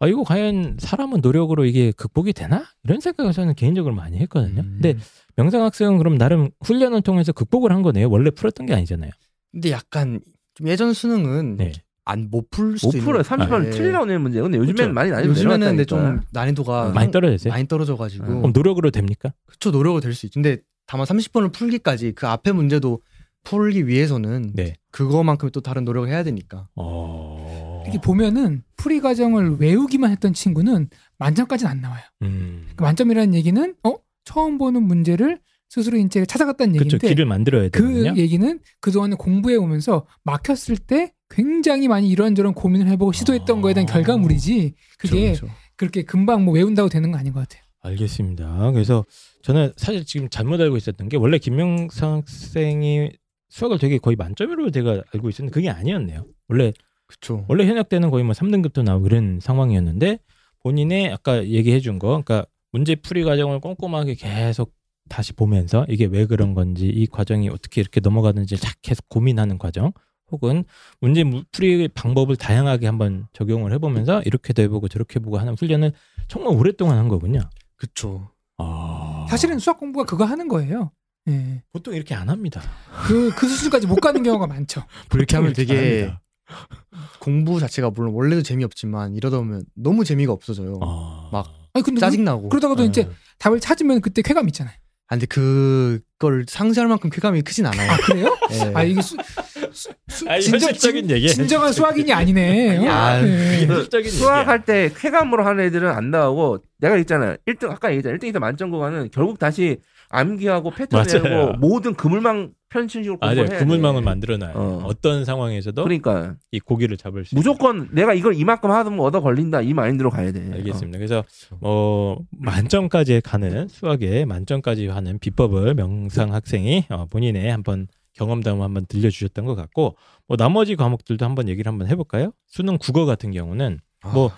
S1: 아 이거 과연 사람은 노력으로 이게 극복이 되나 이런 생각을 저는 개인적으로 많이 했거든요.
S2: 음.
S1: 근데 명상학습은 그럼 나름 훈련을 통해서 극복을 한 거네요. 원래 풀었던 게 아니잖아요.
S2: 근데 약간 좀 예전 수능은
S1: 네.
S3: 그렇죠.
S2: 안 못 풀 수도
S5: 5%에 30번
S2: 예.
S5: 틀리나 오는 문제. 근데 요즘에는
S1: 그쵸.
S5: 많이 난이도
S2: 요즘에는 근데
S5: 내려갔다니까.
S2: 좀 난이도가
S1: 많이 떨어졌어요.
S2: 많이 떨어져가지고
S5: 음.
S1: 그럼 노력으로 됩니까?
S2: 그쵸 노력을 될 수 있지. 근데 다만 30번을 풀기까지 그 앞에 문제도 풀기 위해서는
S1: 네.
S2: 그거만큼 또 다른 노력을 해야 되니까.
S1: 어.
S3: 그렇죠. 이렇게 보면은 풀이 과정을 외우기만 했던 친구는 만점까지는 안 나와요.
S1: 음.
S3: 그 만점이라는 얘기는 어 처음 보는 문제를 스스로 인제 찾아갔다는
S1: 그렇죠.
S3: 얘기인데
S1: 길을 만들어야
S3: 그
S1: 되거든요.
S3: 얘기는 그동안에 공부해 오면서 막혔을 때 굉장히 많이 이런저런 고민을 해보고 시도했던 거에 대한
S1: 아.
S3: 결과물이지 그게
S2: 그쵸, 그쵸.
S3: 그렇게 금방 뭐 외운다고 되는 건 아닌 것 같아요.
S1: 알겠습니다. 그래서 저는 사실 지금 잘못 알고 있었던 게 원래 김명상 학생이 수학을 되게 거의 만점으로 제가 알고 있었는데 그게 아니었네요. 원래
S2: 그쵸.
S1: 원래 현역 때는 거의 뭐 3등급도 나오고 그런 상황이었는데 본인의 아까 얘기해 준 거, 그러니까 문제 풀이 과정을 꼼꼼하게 계속 다시 보면서 이게 왜 그런 건지 이 과정이 어떻게 이렇게 넘어가는지 자 계속 고민하는 과정 혹은 문제 무- 풀이 방법을 다양하게 한번 적용을 해보면서 이렇게도 해보고 저렇게 해보고 하는 훈련을 정말 오랫동안 한 거군요.
S2: 그쵸.
S1: 아.
S3: 사실은 수학 공부가 그거 하는 거예요. 예.
S1: 보통 이렇게 안 합니다.
S3: 그, 그 수준까지 못 가는 경우가 많죠.
S1: 음,
S2: 그렇게 하면
S1: 보통 이렇게 안
S2: 되게
S1: 합니다.
S2: 공부 자체가 물론 원래도 재미없지만 이러다 보면 너무 재미가 없어져요.
S1: 아.
S2: 막
S3: 아니, 근데 우리-
S2: 짜증나고.
S3: 그러다가도 이제
S1: 음.
S5: 아.
S3: 답을 찾으면 그때 쾌감 있잖아요.
S2: 아, 근데 그걸 상쇄할 만큼 쾌감이 크진 않아요.
S3: 아, 그래요?
S2: 예.
S3: 아, 이게 수, 수,
S1: *laughs*
S3: 수,
S1: 아니, 현실적인 얘기예요.
S3: 진정한 수학인이 아니네.
S2: 아,
S3: 예.
S1: 현실적인 얘기야.
S5: 수학할 때 쾌감으로 하는 애들은 안 나오고 내가 있잖아요. 1등 아까 얘기했잖아. 1등에서 만점 구간은 결국 다시 암기하고 패턴
S1: 맞아요.
S5: 내고 모든 그물망 편식으로
S1: 맞아요.
S5: 뭐 공부해야
S1: 그물망을
S5: 돼.
S1: 만들어놔요.
S5: 어.
S1: 어. 떤 상황에서도
S5: 그러니까
S1: 이 고기를 잡을 수 있는.
S5: 무조건 내가 이걸 이만큼 하면 얻어 걸린다 이 마인드로 가야 돼.
S1: 알겠습니다. 그래서
S5: 그렇죠.
S1: 어 만점까지 가는 수학의 만점까지 하는 비법을 명상 학생이 어, 본인의 한번 경험담을 한번 들려주셨던 것 같고 뭐 나머지 과목들도 한번 얘기를 한번 해볼까요? 수능 국어 같은 경우는
S2: 아,
S1: 뭐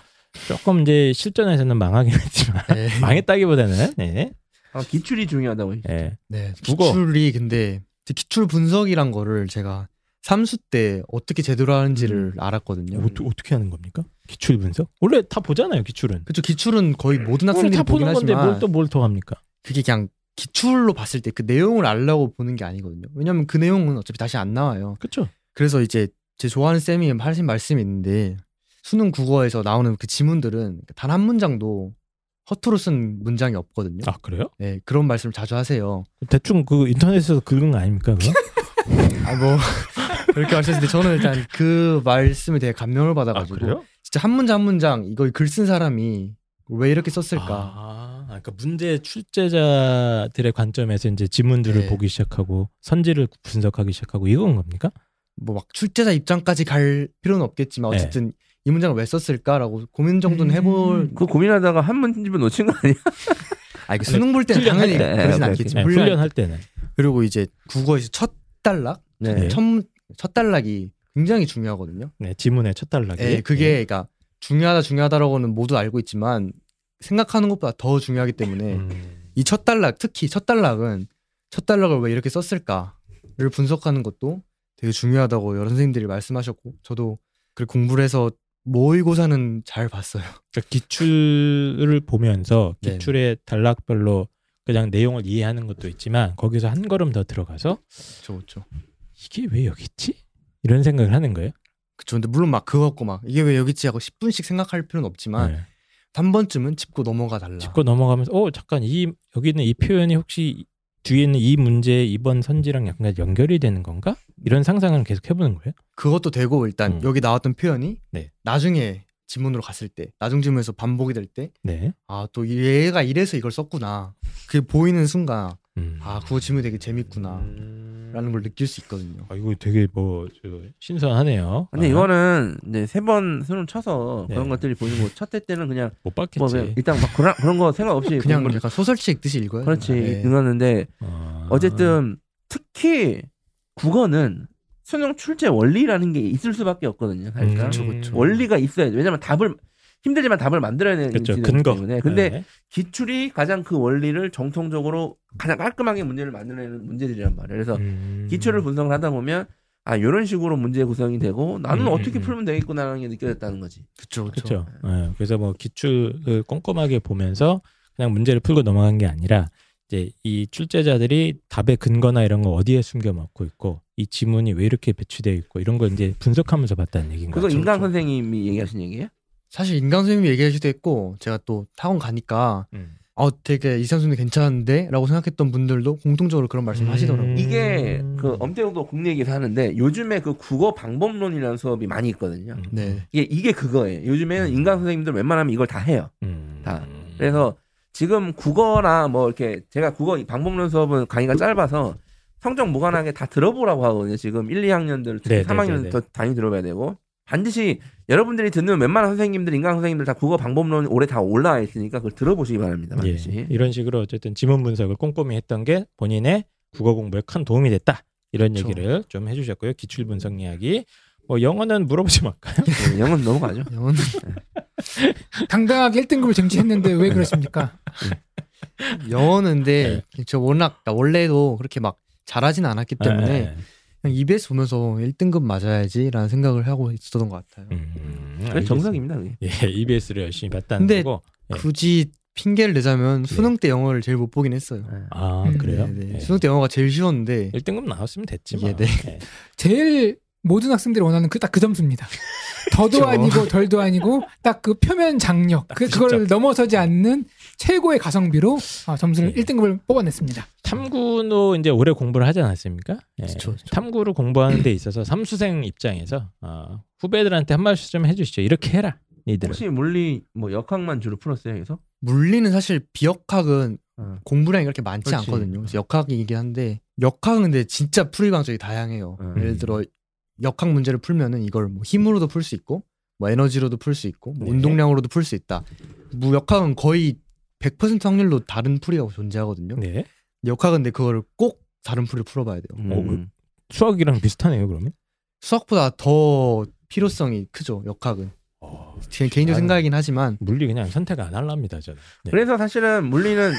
S1: 조금 이제 실전에서는 망하긴 했지만 *laughs*
S2: 예.
S1: 망했다기보다는 예,
S5: 어. 아, 기출이 중요하다고.
S1: 예.
S2: 네.
S1: 국어.
S2: 기출이 근데 이제 기출 분석이란 거를 제가 삼수 때 어떻게 제대로 하는지를 알았거든요.
S1: 어, 어떻게 하는 겁니까? 기출 분석? 음. 원래 다 보잖아요, 기출은.
S2: 그쵸 기출은 거의 모든
S1: 원래
S2: 학생들이
S1: 다
S2: 보긴
S1: 보는 건데
S2: 하지만
S1: 뭘 또 뭘 더 합니까?
S2: 그게 그냥 기출로 봤을 때 그 내용을 알려고 보는 게 아니거든요. 왜냐면 그 내용은 어차피 다시 안 나와요.
S1: 그렇죠.
S2: 그래서 이제 제 좋아하는 쌤이 하신 말씀이 있는데 수능 국어에서 나오는 그 지문들은 단 한 문장도 허투루 쓴 문장이 없거든요.
S1: 아 그래요?
S2: 네, 그런 말씀을 자주 하세요.
S1: 대충 그 인터넷에서 긁은 거 아닙니까? 그거?
S2: 아, 뭐 *laughs* 그렇게 말씀하시는데 저는 일단 그 말씀에 되게 감명을
S1: 아
S2: 받아가지고
S1: 그래요?
S2: 진짜 한 문장 한 문장 이거 글 쓴 사람이 왜 이렇게 썼을까?
S1: 아, 그러니까 문제 출제자들의 관점에서 이제 지문들을
S2: 네.
S1: 보기 시작하고 선지를 분석하기 시작하고 이건 겁니까?
S2: 뭐 막 출제자 입장까지 갈 필요는 없겠지만
S1: 네.
S2: 어쨌든 이 문장을 왜 썼을까라고 고민 정도는
S3: 음.
S2: 해볼
S5: 그 고민하다가 한 문집을 놓친 거 아니야?
S2: 아 이거 수능 볼 때는 당연히
S5: 때.
S2: 그러진
S5: 네,
S2: 않겠지
S1: 네,
S2: 훈련
S1: 훈련할 때는
S2: 그리고 이제 국어에서 첫 단락
S1: 네.
S2: 첫, 첫 단락이 굉장히 중요하거든요
S1: 네, 지문의 첫 단락이.
S2: 예,
S1: 네.
S2: 그게 그러니까 중요하다 중요하다라고는 모두 알고 있지만 생각하는 것보다 더 중요하기 때문에
S1: 음,
S2: 이 첫 단락 특히 첫 단락은 첫 단락을 왜 이렇게 썼을까를 분석하는 것도 되게 중요하다고 여러 선생님들이 말씀하셨고 저도 그 공부를 해서 모의고사는
S1: *laughs*
S2: 잘 봤어요.
S1: 그러니까 기출을 보면서
S2: 네.
S1: 기출의 단락별로 그냥 내용을 이해하는 것도 있지만 거기서 한 걸음 더 들어가서
S2: 그렇죠, 그렇죠.
S1: 이게 왜 여기 있지? 이런 생각을 하는 거예요.
S2: 그렇죠. 근데 물론 막 그거 갖고 막 이게 왜 여기 있지 하고 10분씩 생각할 필요는 없지만
S1: 네.
S2: 한 번쯤은 짚고 넘어가 달라.
S1: 짚고 넘어가면서 어 잠깐 이 여기 있는 이 표현이 혹시 뒤에 있는 이 문제 이번 선지랑 약간 연결이 되는 건가? 이런 상상을 계속 해보는 거예요.
S2: 그것도 되고 일단
S1: 음.
S2: 여기 나왔던 표현이
S1: 네.
S2: 나중에 지문으로 갔을 때, 나중 지문에서 반복이 될 때,
S1: 네.
S2: 아 또 얘가 이래서 이걸 썼구나. 그게 보이는 순간,
S1: 음.
S2: 아 그거 지문 되게 재밌구나라는
S1: 음.
S2: 걸 느낄 수 있거든요.
S1: 아 이거 되게 뭐저 신선하네요.
S5: 근데
S1: 아,
S5: 이거는 이제 세 번 수능 쳐서
S1: 네.
S5: 그런 것들이 보이고 첫 대 때는 그냥
S1: 못
S5: 뭐
S1: 봤겠지.
S5: 그냥 일단 막 그런, 그런 거 생각 없이
S2: 그냥
S5: 공부를-
S2: 약간 소설책 읽듯이 읽어요.
S5: 그렇지
S2: 네.
S5: 읽었는데
S1: 아.
S5: 어쨌든 특히 국어는 수능 출제 원리라는 게 있을 수밖에 없거든요. 그러니까
S1: 음, 그쵸, 그쵸.
S5: 원리가 있어야 돼. 왜냐면 답을 힘들지만 답을 만들어야 되는
S1: 그쵸,
S5: 기능이기
S1: 근거.
S5: 때문에. 근데
S1: 네.
S5: 기출이 가장 그 원리를 정통적으로 가장 깔끔하게 문제를 만들어내는 문제들이란 말이에요. 그래서
S1: 음.
S5: 기출을 분석을 하다 보면 아 이런 식으로 문제 구성이 되고 나는
S1: 음, 음,
S5: 어떻게
S1: 음.
S5: 풀면 되겠구나라는 게 느껴졌다는 거지.
S2: 그쵸, 그쵸.
S1: 그렇죠. 예, 그래서 뭐 기출을 꼼꼼하게 보면서 그냥 문제를 풀고 넘어간 게 아니라 이제 이 출제자들이 답의 근거나 이런 거 어디에 숨겨 먹고 있고 이 지문이 왜 이렇게 배치되어 있고 이런 걸 이제 분석하면서 봤다는 얘기인
S5: 그거
S1: 거죠.
S5: 인강 선생님이 얘기하신 얘기예요?
S2: 사실 인강 선생님이 얘기해 주기도 했고 제가 또 학원 가니까
S1: 음.
S2: 어 되게 이상 선생님 괜찮은데라고 생각했던 분들도 공통적으로 그런 말씀
S1: 음.
S2: 하시더라고요.
S5: 이게 그 엄태형도 국내에서 하는데 요즘에 그 국어 방법론이라는 수업이 많이 있거든요.
S1: 음.
S2: 네.
S5: 이게, 이게 그거예요. 요즘에는 인간 선생님들 웬만하면 이걸 다 해요.
S1: 음.
S5: 다. 그래서 지금 국어나 뭐 이렇게 제가 국어 이 방법론 수업은 강의가 짧아서 성적 무관하게 다 들어보라고 하거든요. 지금 1, 2학년들, 특히
S1: 네,
S5: 3학년부터 당연히 들어봐야 되고 반드시 여러분들이 듣는 웬만한 선생님들, 인간 선생님들 다 국어 방법론 올해 다 올라와 있으니까 그걸 들어보시기 바랍니다.
S1: 예,
S5: 반드시.
S1: 이런 식으로 어쨌든 지문 분석을 꼼꼼히 했던 게 본인의 국어 공부에 큰 도움이 됐다 이런
S2: 그쵸.
S1: 얘기를 좀 해주셨고요 기출 분석 이야기 뭐 영어는 물어보지 말까요?
S5: 네, 영어는 넘어가죠.
S2: 영어는 *laughs*
S3: 당당하게 1등급을 쟁취했는데 왜 그러십니까?
S2: 영어는데 저 워낙 나 원래도 그렇게 막 잘하진 않았기 아, 때문에
S1: 예,
S2: 그냥 EBS 보면서 1등급 맞아야지라는 생각을 하고 있었던 것 같아요.
S1: 예. 음,
S5: 그게
S1: 알겠습니다.
S5: 정상입니다. 그게.
S1: 예, *laughs* EBS를 열심히 봤다는
S2: 근데-
S1: 거고. 예.
S2: 굳이 핑계를 내자면 수능 때 영어를 제일 못 보긴 했어요.
S5: 네.
S1: 아
S3: 음,
S1: 그래요? 네.
S2: 네, 네.
S1: 예.
S2: 수능 때 영어가 제일 쉬웠는데
S1: 1등급 나왔으면 됐지
S2: 예,
S1: 뭐.
S2: 네.
S1: 예.
S3: 제일 모든 학생들이 원하는 그 딱
S1: *laughs*
S3: 그 점수입니다. 더도
S2: 그쵸.
S3: 아니고 덜도 아니고 딱 그 표면 장력 그 그걸
S1: 진짜.
S3: 넘어서지 않는 최고의 가성비로 아, 점수를
S1: 예.
S3: 1등급을 뽑아냈습니다.
S1: 탐구도 이제 오래 공부를 하지 않았습니까? 예.
S2: 그쵸, 그쵸.
S1: 탐구를 공부하는 데 있어서 삼수생 입장에서 어, 후배들한테 한 말씀 좀 해주시죠. 이렇게 해라, 니들은.
S5: 혹시 물리 뭐 역학만 주로 풀었어요 여기서?
S2: 물리는 사실 비역학은
S5: 어.
S2: 공부량이 그렇게 많지
S5: 그렇지.
S2: 않거든요. 그래서 역학이긴 한데 역학은 근데 진짜 풀이 방식이 다양해요.
S5: 음.
S2: 예를 들어 역학 문제를 풀면은 이걸 뭐 힘으로도 풀 수 있고 뭐 에너지로도 풀 수 있고 뭐
S1: 네.
S2: 운동량으로도 풀 수 있다. 무역학은 거의 100% 확률로 다른 풀이가 존재하거든요.
S1: 네.
S2: 역학은 근데 그거를 꼭 다른 풀을 풀어봐야 돼요.
S5: 음.
S1: 어, 그- 수학이랑 비슷하네요, 그러면.
S2: 수학보다 더 필요성이 크죠. 역학은. 제 개인적
S1: 나는-
S2: 생각이긴 하지만
S1: 어, 물리 그냥 선택 안 할랍니다, 저는. 네.
S5: 그래서 사실은 물리는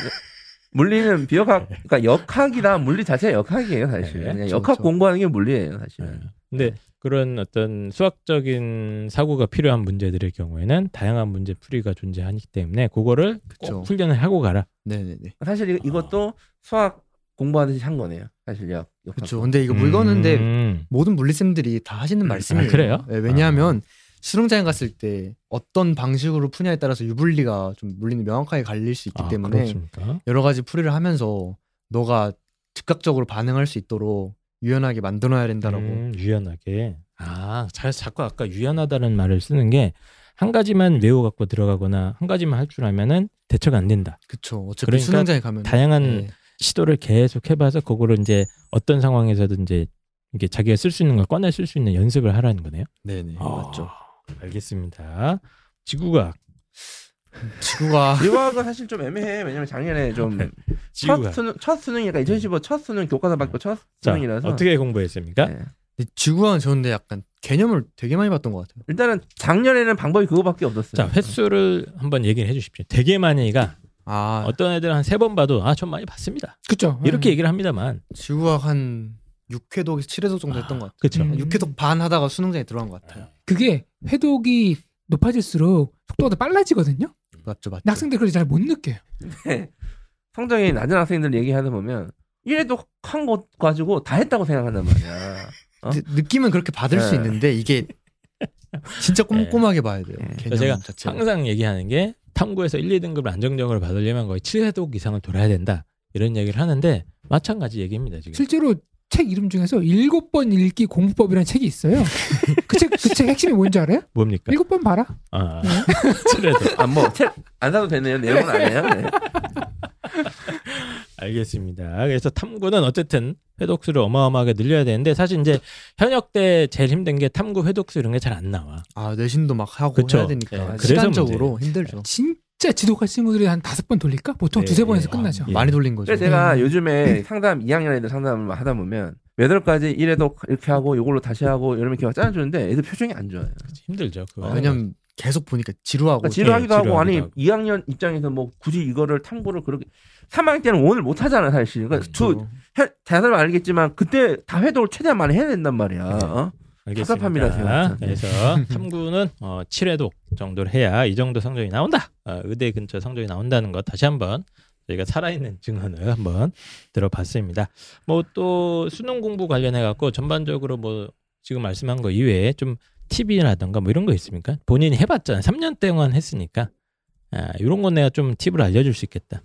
S5: 물리는 비역학 그러니까 역학이다 물리 자체가 역학이에요 사실
S1: 네,
S5: 그냥
S2: 그렇죠,
S5: 역학
S2: 그렇죠.
S5: 공부하는 게 물리예요 사실은
S1: 예. 근데
S2: 네.
S1: 그런 어떤 수학적인 사고가 필요한 문제들의 경우에는 다양한 문제 풀이가 존재하기 때문에 그거를
S2: 그쵸.
S1: 꼭 훈련을 하고 가라.
S2: 네네네.
S5: 사실 이-
S1: 아.
S5: 이것도 수학 공부하듯이 한 거네요 사실 역 역학
S2: 그렇죠. 근데 이거 물건인데
S1: 음.
S2: 모든 물리쌤들이 다 하시는 말씀이에요.
S1: 아, 그래요?
S2: 네,
S1: 아.
S2: 왜냐하면 수능장에 갔을 때 어떤 방식으로 푸냐에 따라서 유불리가 좀 물리는 명확하게 갈릴 수 있기
S1: 아,
S2: 때문에
S1: 그렇습니까?
S2: 여러 가지 풀이를 하면서 너가 즉각적으로 반응할 수 있도록 유연하게 만들어놔야 된다라고.
S1: 음, 유연하게. 아, 자, 자꾸 아까 유연하다는 말을 쓰는 게 한 가지만 외워 갖고 들어가거나 한 가지만 할 줄 알면은 대처가 안 된다.
S2: 그쵸. 어차피
S1: 그러니까
S2: 수능장에 가면
S1: 다양한
S2: 네,
S1: 시도를 계속 해봐서 그거를 이제 어떤 상황에서든 이제 이게 자기가 쓸 수 있는 걸 꺼내 쓸 수 있는 연습을 하라는 거네요.
S2: 네네
S1: 아.
S2: 맞죠.
S1: 알겠습니다. 지구과학,
S2: 지구가
S5: 비역학은 사실 좀 애매해 왜냐면 작년에 좀 첫
S1: 네. 지구과학.
S5: 수능 첫 수능이니까 2015 첫 수능 교과서 받고 첫
S1: 자,
S5: 수능이라서
S1: 어떻게 공부했습니까?
S5: 네.
S2: 근데 지구가 좋은데 약간 개념을 되게 많이 봤던 것 같아요.
S5: 일단은 작년에는 방법이 그거밖에 없었어요
S1: 자, 횟수를 한번 얘기를 해주십시오. 되게 많이가
S2: 아
S1: 어떤 애들은 한 세 번 봐도 아, 전 많이 봤습니다.
S3: 그렇죠.
S5: 음.
S1: 이렇게 얘기를 합니다만.
S2: 지구가 한 6회독 7회독 정도 했던 것 같아요.
S1: 그렇죠.
S3: 음.
S2: 6회독 반 하다가 수능장에 들어간 것 같아요.
S3: 그게 회독이 높아질수록 속도가 더 빨라지거든요.
S2: 맞죠 맞죠.
S3: 근데 학생들 그걸 잘 못 느껴요.
S1: 예.
S5: 네. 성적이 낮은 학생들 얘기하다 보면 이래도 한 것 가지고 다 했다고 생각한단 말이야 어?
S2: 느- 느낌은 그렇게 받을 수
S5: 네.
S2: 있는데 이게 진짜 꼼꼼하게 봐야 돼요.
S5: 네.
S2: 개념
S1: 제가
S2: 자체.
S1: 항상 얘기하는 게 탐구에서 1, 2등급을 안정적으로 받으려면 거의 7회독 이상을 돌아야 된다. 이런 얘기를 하는데 마찬가지 얘기입니다, 지금.
S3: 실제로 책 이름 중에서 일곱 번 읽기 공부법이라는 책이
S1: *laughs*
S3: 있어요. 그 책 그 책 핵심이 뭔지 알아요?
S1: 뭡니까?
S3: 일곱 번 봐라.
S1: 아, *laughs* 7회독.
S5: 아, 안뭐안 사도 되네요 내용은 아니에요 네.
S1: 알겠습니다. 그래서 탐구는 어쨌든 회독수를 어마어마하게 늘려야 되는데 사실 이제 현역 때 제일 힘든 게 탐구 회독수 이런 게 잘 안 나와.
S2: 아 내신도 막 하고
S1: 그쵸.
S2: 해야 되니까
S1: 네,
S2: 시간적으로 힘들죠.
S3: 진짜 지독한 친구들이 한 다섯 번 돌릴까? 보통
S1: 네,
S3: 두세 번에서
S1: 네.
S3: 끝나죠.
S1: 예.
S2: 많이 돌린 거죠.
S5: 그래서 제가 요즘에 상담 2학년 애들 상담을 막 하다 보면 몇 월까지 이래도 이렇게 하고 요걸로 다시 하고 이러면 이렇게 막 짜주는데 애들 표정이 안 좋아요. 그러니까
S1: 힘들죠. 어, 그거.
S2: 아, 왜냐면 계속 보니까 어, 지루하고
S5: 지루하기도
S1: 예,
S5: 하고 아니
S1: 지루하기도
S5: 2학년 입장에서 뭐 굳이 이거를 탐구를 그렇게 3학년 때는 오늘 못 하잖아 사실. 그러니까
S2: 그렇죠.
S5: 두 해- 다들 알겠지만 그때 다 회독을 최대한 많이 해야 된단 말이야. 어?
S1: 알겠습니다.
S5: 답답합니다, 제가.
S1: 그래서
S2: 네. *laughs*
S1: 탐구는 어, 7회독 정도를 해야 이 정도 성적이 나온다. 어, 의대 근처 성적이 나온다는 것 다시 한번 저희가 살아있는 증언을 한번 들어봤습니다. 뭐 또 수능 공부 관련해 갖고 전반적으로 뭐 지금 말씀한 거 이외에 좀 팁이라던가 뭐 이런 거 있습니까? 본인이 해봤잖아요. 3년 동안 했으니까 아, 이런 건 내가 좀 팁을 알려줄 수 있겠다.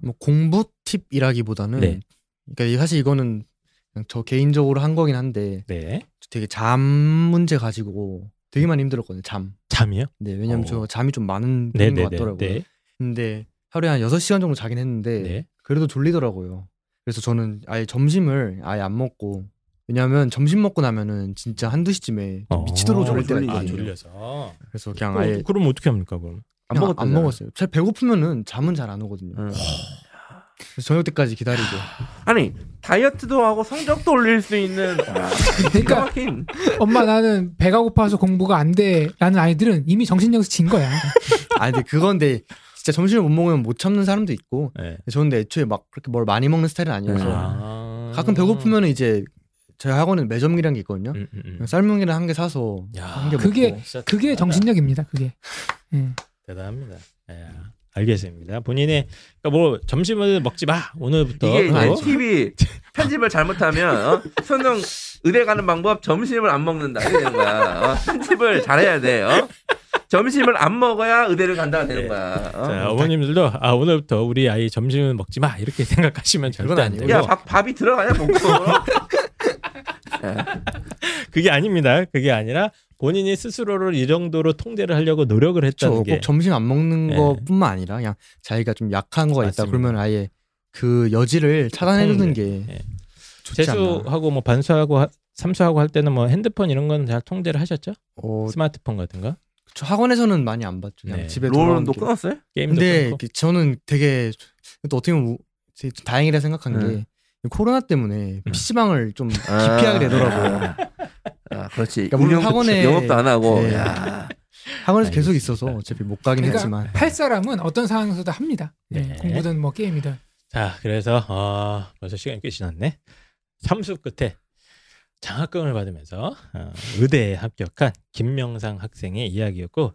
S2: 뭐 공부 팁이라기보다는
S1: 네.
S2: 그러니까 이- 사실 이거는 그냥 저 개인적으로 한 거긴 한데
S1: 네,
S2: 되게 잠 문제 가지고 되게 많이 힘들었거든요. 잠.
S1: 잠이요?
S2: 네, 왜냐면
S1: 어.
S2: 저 잠이 좀 많은
S1: 네,
S2: 편인
S1: 네,
S2: 것
S1: 네,
S2: 같더라고요.
S1: 네,
S2: 근데 하루에 한 6시간 정도 자긴 했는데
S1: 네.
S2: 그래도 졸리더라고요. 그래서 저는 아예 점심을 아예 안 먹고 왜냐하면 점심 먹고 나면은 진짜 한두 시쯤에
S1: 어.
S2: 미치도록 졸릴 때가
S5: 졸리죠.
S1: 아
S2: 있거든요.
S1: 졸려서.
S2: 그래서 그냥 아예
S1: 그럼, 그럼 어떻게 합니까 그럼?
S5: 안
S2: 그냥
S5: 먹었다.
S2: 안 먹었어요. 잘 배고프면은 잠은 잘 안 오거든요. 그래서 저녁 때까지 기다리고
S5: 아니 다이어트도 하고 성적도 올릴 수 있는
S1: 예.
S3: 그러니까
S5: 막힌
S3: 엄마 나는 배가 고파서 공부가 안 돼라는 아이들은 이미 정신력에서 진 거야.
S2: 아니 근데 그건데 진짜 점심을 못 먹으면 못 참는 사람도 있고
S1: 네.
S2: 저는 근데 애초에 막 그렇게 뭘 많이 먹는 스타일은 아니어서
S1: 아.
S2: 가끔 배고프면 이제 저희 학원은 매점이라는 게 있거든요
S1: 음, 음, 음.
S2: 쌀뭉이를 한 개 사서
S1: 야,
S2: 한 개 먹고 네.
S3: 그게-
S1: 진짜
S3: 그게
S1: 대단하다.
S3: 정신력입니다. 그게. 예.
S1: 대단합니다. 예. 알겠습니다. 본인의 그러니까 뭐 점심을 먹지 마 오늘부터 뭐.
S5: 이게 이제
S1: 하고.
S2: *laughs*
S5: TV 편집을 잘못하면 어? 수능 의대 가는 방법 점심을 안 먹는다 이렇게 되는 거야 어? 편집을 잘해야 돼요 어? 점심을 안 먹어야 의대를 간다가 되는 거야 어?
S1: 자, 어머님들도 아 오늘부터 우리 아이 점심은 먹지 마 이렇게 *laughs* 생각하시면 절대 안
S2: 아니에요.
S1: 되고
S5: 야 밥, 밥이 들어가냐
S2: *laughs*
S5: 목적으로
S1: 그게 아닙니다. 그게 아니라 본인이 스스로를 이 정도로 통제를 하려고 노력을 했다는
S2: 그렇죠.
S1: 게
S2: 꼭 점심 안 먹는
S1: 예.
S2: 것뿐만 아니라 그냥 자기가 좀 약한 거가 있다
S1: 맞습니다.
S2: 그러면 아예 그 여지를 차단해주는 게
S1: 예.
S2: 좋지 않나.
S1: 재수하고 뭐 반수하고 하- 삼수하고 할 때는 뭐 핸드폰 이런 건 다 통제를 하셨죠?
S2: 어,
S1: 스마트폰 같은가
S2: 저 학원에서는 많이 안 봤죠. 그냥
S1: 네.
S2: 집에 들어오는
S5: 롤도
S2: 게.
S5: 끊었어요?
S1: 게임도
S2: 근데
S1: 끊고
S2: 그- 저는 되게 또 어떻게 보면 우- 되게 좀 다행이라 생각한
S5: 네.
S2: 게 코로나 때문에
S1: 음. 네.
S2: PC방을 좀 아. 기피하게 되더라고요.
S5: 아, 아, 그렇지.
S2: 그러니까 물론
S5: 운영-
S2: 학원에-
S5: 영업도 안 하고.
S2: 네.
S5: 야.
S2: 학원에서 계속
S1: 알겠습니다.
S2: 있어서 어차피 못 가긴
S3: 그러니까
S2: 했지만
S3: 할 사람은 어떤 상황에서도 합니다. 예,
S1: 네.
S3: 공부든 뭐 게임이든.
S1: 자 그래서 어, 벌써 시간이 꽤 지났네. 삼수 끝에 장학금을 받으면서 어, 의대에 합격한 김명상 학생의 이야기였고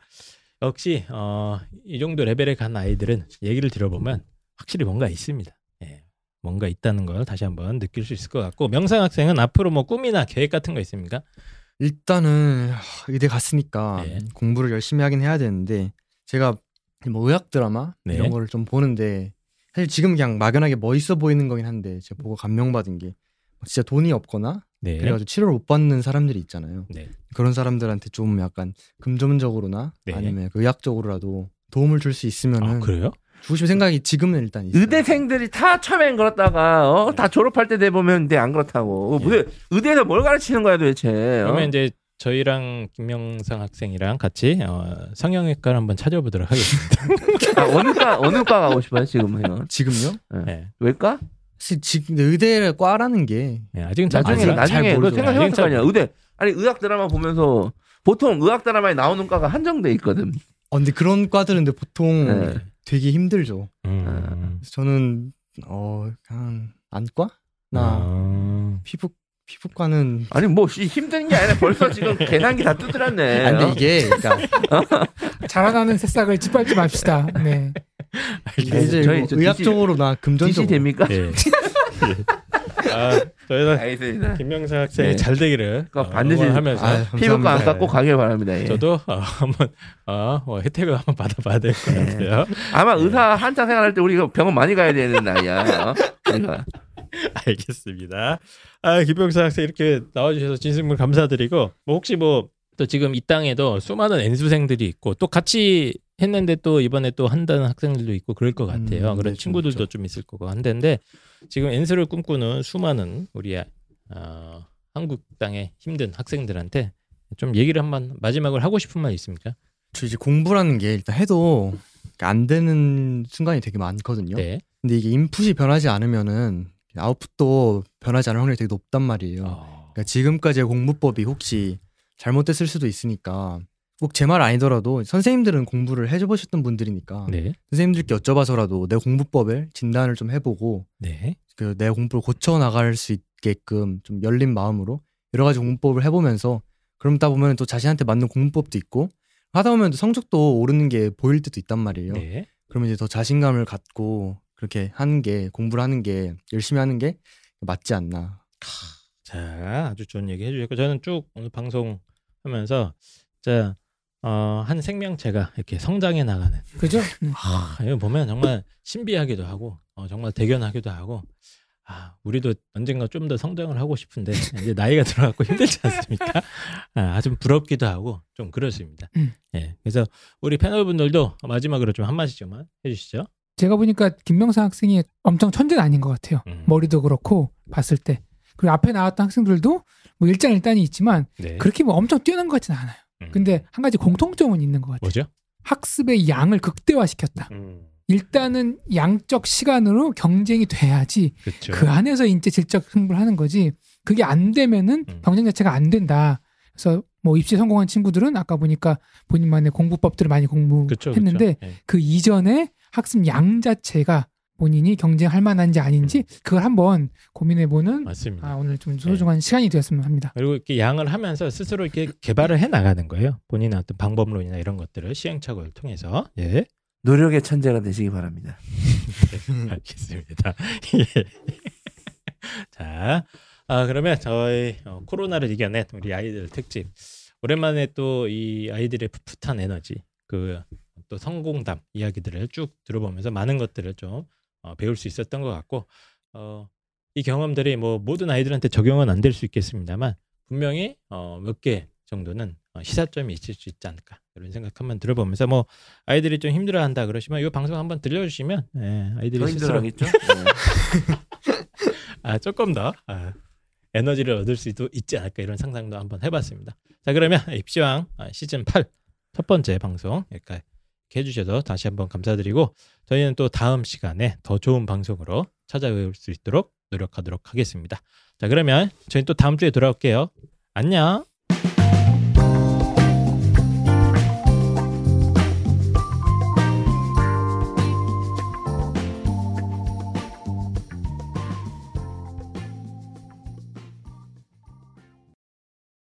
S1: 역시 어, 이 정도 레벨에 간 아이들은 얘기를 들어보면 확실히 뭔가 있습니다. 예, 뭔가 있다는 걸 다시 한번 느낄 수 있을 것 같고 명상 학생은 앞으로 뭐 꿈이나 계획 같은 거 있습니까?
S2: 일단은 하, 의대 갔으니까
S1: 네.
S2: 공부를 열심히 하긴 해야 되는데 제가 뭐 의학 드라마
S1: 네.
S2: 이런 거를 좀 보는데 사실 지금 그냥 막연하게 멋있어 보이는 거긴 한데 제가 보고 감명받은 게뭐 진짜 돈이 없거나
S1: 네.
S2: 그래가지고 치료를 못 받는 사람들이 있잖아요.
S1: 네.
S2: 그런 사람들한테 좀 약간 금전적으로나
S1: 네.
S2: 아니면 그 의학적으로라도 도움을 줄
S1: 아
S2: 수 있으면은
S1: 그래요?
S2: 주고 싶은 생각이 지금은 일단 있어요.
S5: 의대생들이 다 처음엔 그렇다가 어, 다 졸업할 때 돼보면 근데 안 그렇다고.
S2: 예.
S5: 어, 무대, 의대에서 뭘 가르치는 거야 도대체. 어?
S1: 그러면 이제 저희랑 김명상 학생이랑 같이 어, 성형외과를 한번 찾아보도록 *laughs* 하겠습니다.
S5: 아, 어느 과 어느 과 가고 싶어요 지금 은
S2: 지금요?
S1: 예.
S5: 외과?
S2: 사실 지금 의대 과라는 게
S1: 예, 아직은 잘
S5: 나중에
S1: 몰라.
S5: 나중에 그
S2: 모르죠.
S5: 생각해볼 거
S1: 잘
S5: 아니야. 의대 아니 의학 드라마 보면서 보통 의학 드라마에 나오는 과가 한정돼 있거든.
S2: 어, 근데 그런 과들은 근데 보통
S5: 네.
S2: 되게 힘들죠.
S1: 음.
S2: 그래서 저는 어 그냥 안과나
S1: 아.
S2: 피부 피부과는
S5: 아니 뭐 씨, 힘든 게 아니라 벌써 지금 *laughs* 계산기 다 두드렸네.
S2: 아, 근데
S5: 어?
S2: 이게 그러니까
S3: 자라나는 새싹을 짓밟지 맙시다. 네.
S1: 아,
S2: 이제
S5: *laughs* 저희
S2: 뭐
S5: 저
S2: 의학적으로나
S5: DC
S2: 금전적으로
S5: 됩니까?
S1: 예. *laughs* 아, 저희는
S5: *laughs* 알겠습니다.
S1: 김명상 학생이
S5: 네.
S1: 잘 되기를
S5: 그거 반드시-
S1: 하면서
S2: 아유, 감사합니다.
S5: 피부과 안 갖고 가길 바랍니다. 예.
S1: 저도 어, 한번 어, 뭐 혜택을 한번 받아봐야 될 것
S5: 네.
S1: 같아요.
S5: 아마 의사 한창 생활할 때 우리가 병원 많이 가야 *laughs* 되는 나이야. 어? 그러니까.
S1: *laughs* 알겠습니다. 아, 김병사 학생 이렇게 나와주셔서 진심으로 감사드리고, 뭐 혹시 뭐 또 지금 이 땅에도 수많은 N수생들이 있고, 또 같이 했는데 또 이번에 또 한다는 학생들도 있고 그럴 것 같아요.
S2: 음,
S1: 그런
S2: 네,
S1: 친구들도
S2: 그렇죠.
S1: 좀 있을 거고 한데인데 지금 N수를 꿈꾸는 수많은 우리 어, 한국 땅의 힘든 학생들한테 좀 얘기를 한번 마지막으로 하고 싶은 말 있습니까?
S2: 저 이제 공부라는 게 일단 해도 그러니까 안 되는 순간이 되게 많거든요.
S1: 네.
S2: 근데 이게 인풋이 변하지 않으면은 아웃풋도 변하지 않을 확률이 되게 높단 말이에요.
S5: 아.
S1: 어,
S2: 그러니까 지금까지의 공부법이 혹시 잘못됐을 수도 있으니까 꼭 제 말 아니더라도 선생님들은 공부를 해줘보셨던 분들이니까
S1: 네.
S2: 선생님들께 여쭤봐서라도 내 공부법을 진단을 좀 해보고
S1: 네.
S2: 그 내 공부를 고쳐 나갈 수 있게끔 좀 열린 마음으로 여러 가지 공부법을 해보면서 그러다 보면 또 자신한테 맞는 공부법도 있고 하다 보면 또 성적도 오르는 게 보일 때도 있단 말이에요.
S1: 네.
S2: 그러면 이제 더 자신감을 갖고 그렇게 하는 게 공부를 하는 게 열심히 하는 게 맞지 않나.
S1: 자, 아주 좋은 얘기 해주셨고 저는 쭉 오늘 방송 하면서 진짜 어, 한 생명체가 이렇게 성장해 나가는
S3: 그죠? 음.
S1: 아, 이거 보면 정말 신비하기도 하고 어, 정말 대견하기도 하고 아, 우리도 언젠가 좀 더 성장을 하고 싶은데 이제 나이가 들어갖고 힘들지 않습니까? 아, 좀 부럽기도 하고 좀 그렇습니다.
S3: 음.
S1: 예, 그래서 우리 패널분들도 마지막으로 좀 한마디씩만 해주시죠.
S3: 제가 보니까 김명상 학생이 엄청 천재는 아닌 것 같아요.
S1: 음.
S3: 머리도 그렇고 봤을 때. 그리고 앞에 나왔던 학생들도 뭐 일장일단이 있지만
S1: 네. 음.
S3: 그렇게 뭐 엄청 뛰어난 것 같지는 않아요. 근데 한 가지 공통점은 있는 것 같아요.
S1: 뭐죠?
S3: 학습의 양을 극대화시켰다.
S1: 음.
S3: 일단은 양적 시간으로 경쟁이 돼야지
S1: 그렇죠.
S3: 그 안에서 인재 질적 승부를 하는 거지 그게 안 되면은
S1: 음.
S3: 경쟁 자체가 안 된다. 그래서 뭐 입시 성공한 친구들은 아까 보니까 본인만의 공부법들을 많이
S1: 그렇죠.
S3: 공부했는데 그 이전에 학습 양 자체가 본인이 경쟁할 만한지 아닌지 그걸 한번 고민해보는
S1: 음. 맞습니다. 네.
S3: 아, 오늘 좀 소중한 시간이 되었으면 합니다.
S1: 그리고 이렇게 양을 하면서 스스로 이렇게 개발을 해 나가는 거예요. 본인의 어떤 방법론이나 이런 것들을 시행착오를 통해서 예
S5: 노력의 천재가 되시기 바랍니다.
S1: 알겠습니다. *laughs* 예. 자, 아, 그러면 저희 어, 코로나를 이겨낸 우리 아이들 특집 오랜만에 또 이 아이들의 풋풋한 에너지 그 또 성공담 이야기들을 쭉 들어보면서 많은 것들을 좀 어, 배울 수 있었던 것 같고 어, 이 경험들이 뭐 모든 아이들한테 적용은 안 될 수 있겠습니다만 분명히 어, 몇 개 정도는 어, 시사점이 있을 수 있지 않을까 이런 생각 한번 들어보면서 뭐 아이들이 좀 힘들어한다 그러시면 이 방송 한번 들려주시면 예, 아이들이
S5: 더
S1: 스스로
S5: 힘들어하겠죠? 예.
S1: 아, 조금 더 아, 에너지를 얻을 수도 있지 않을까 이런 상상도 한번 해봤습니다. 자 그러면 입시왕 아, 시즌 8 첫 번째 방송 여기까지 해주셔서 다시 한번 감사드리고 저희는 또 다음 시간에 더 좋은 방송으로 찾아뵐 수 있도록 노력하도록 하겠습니다. 자 그러면 저희 또 다음 주에 돌아올게요. 안녕.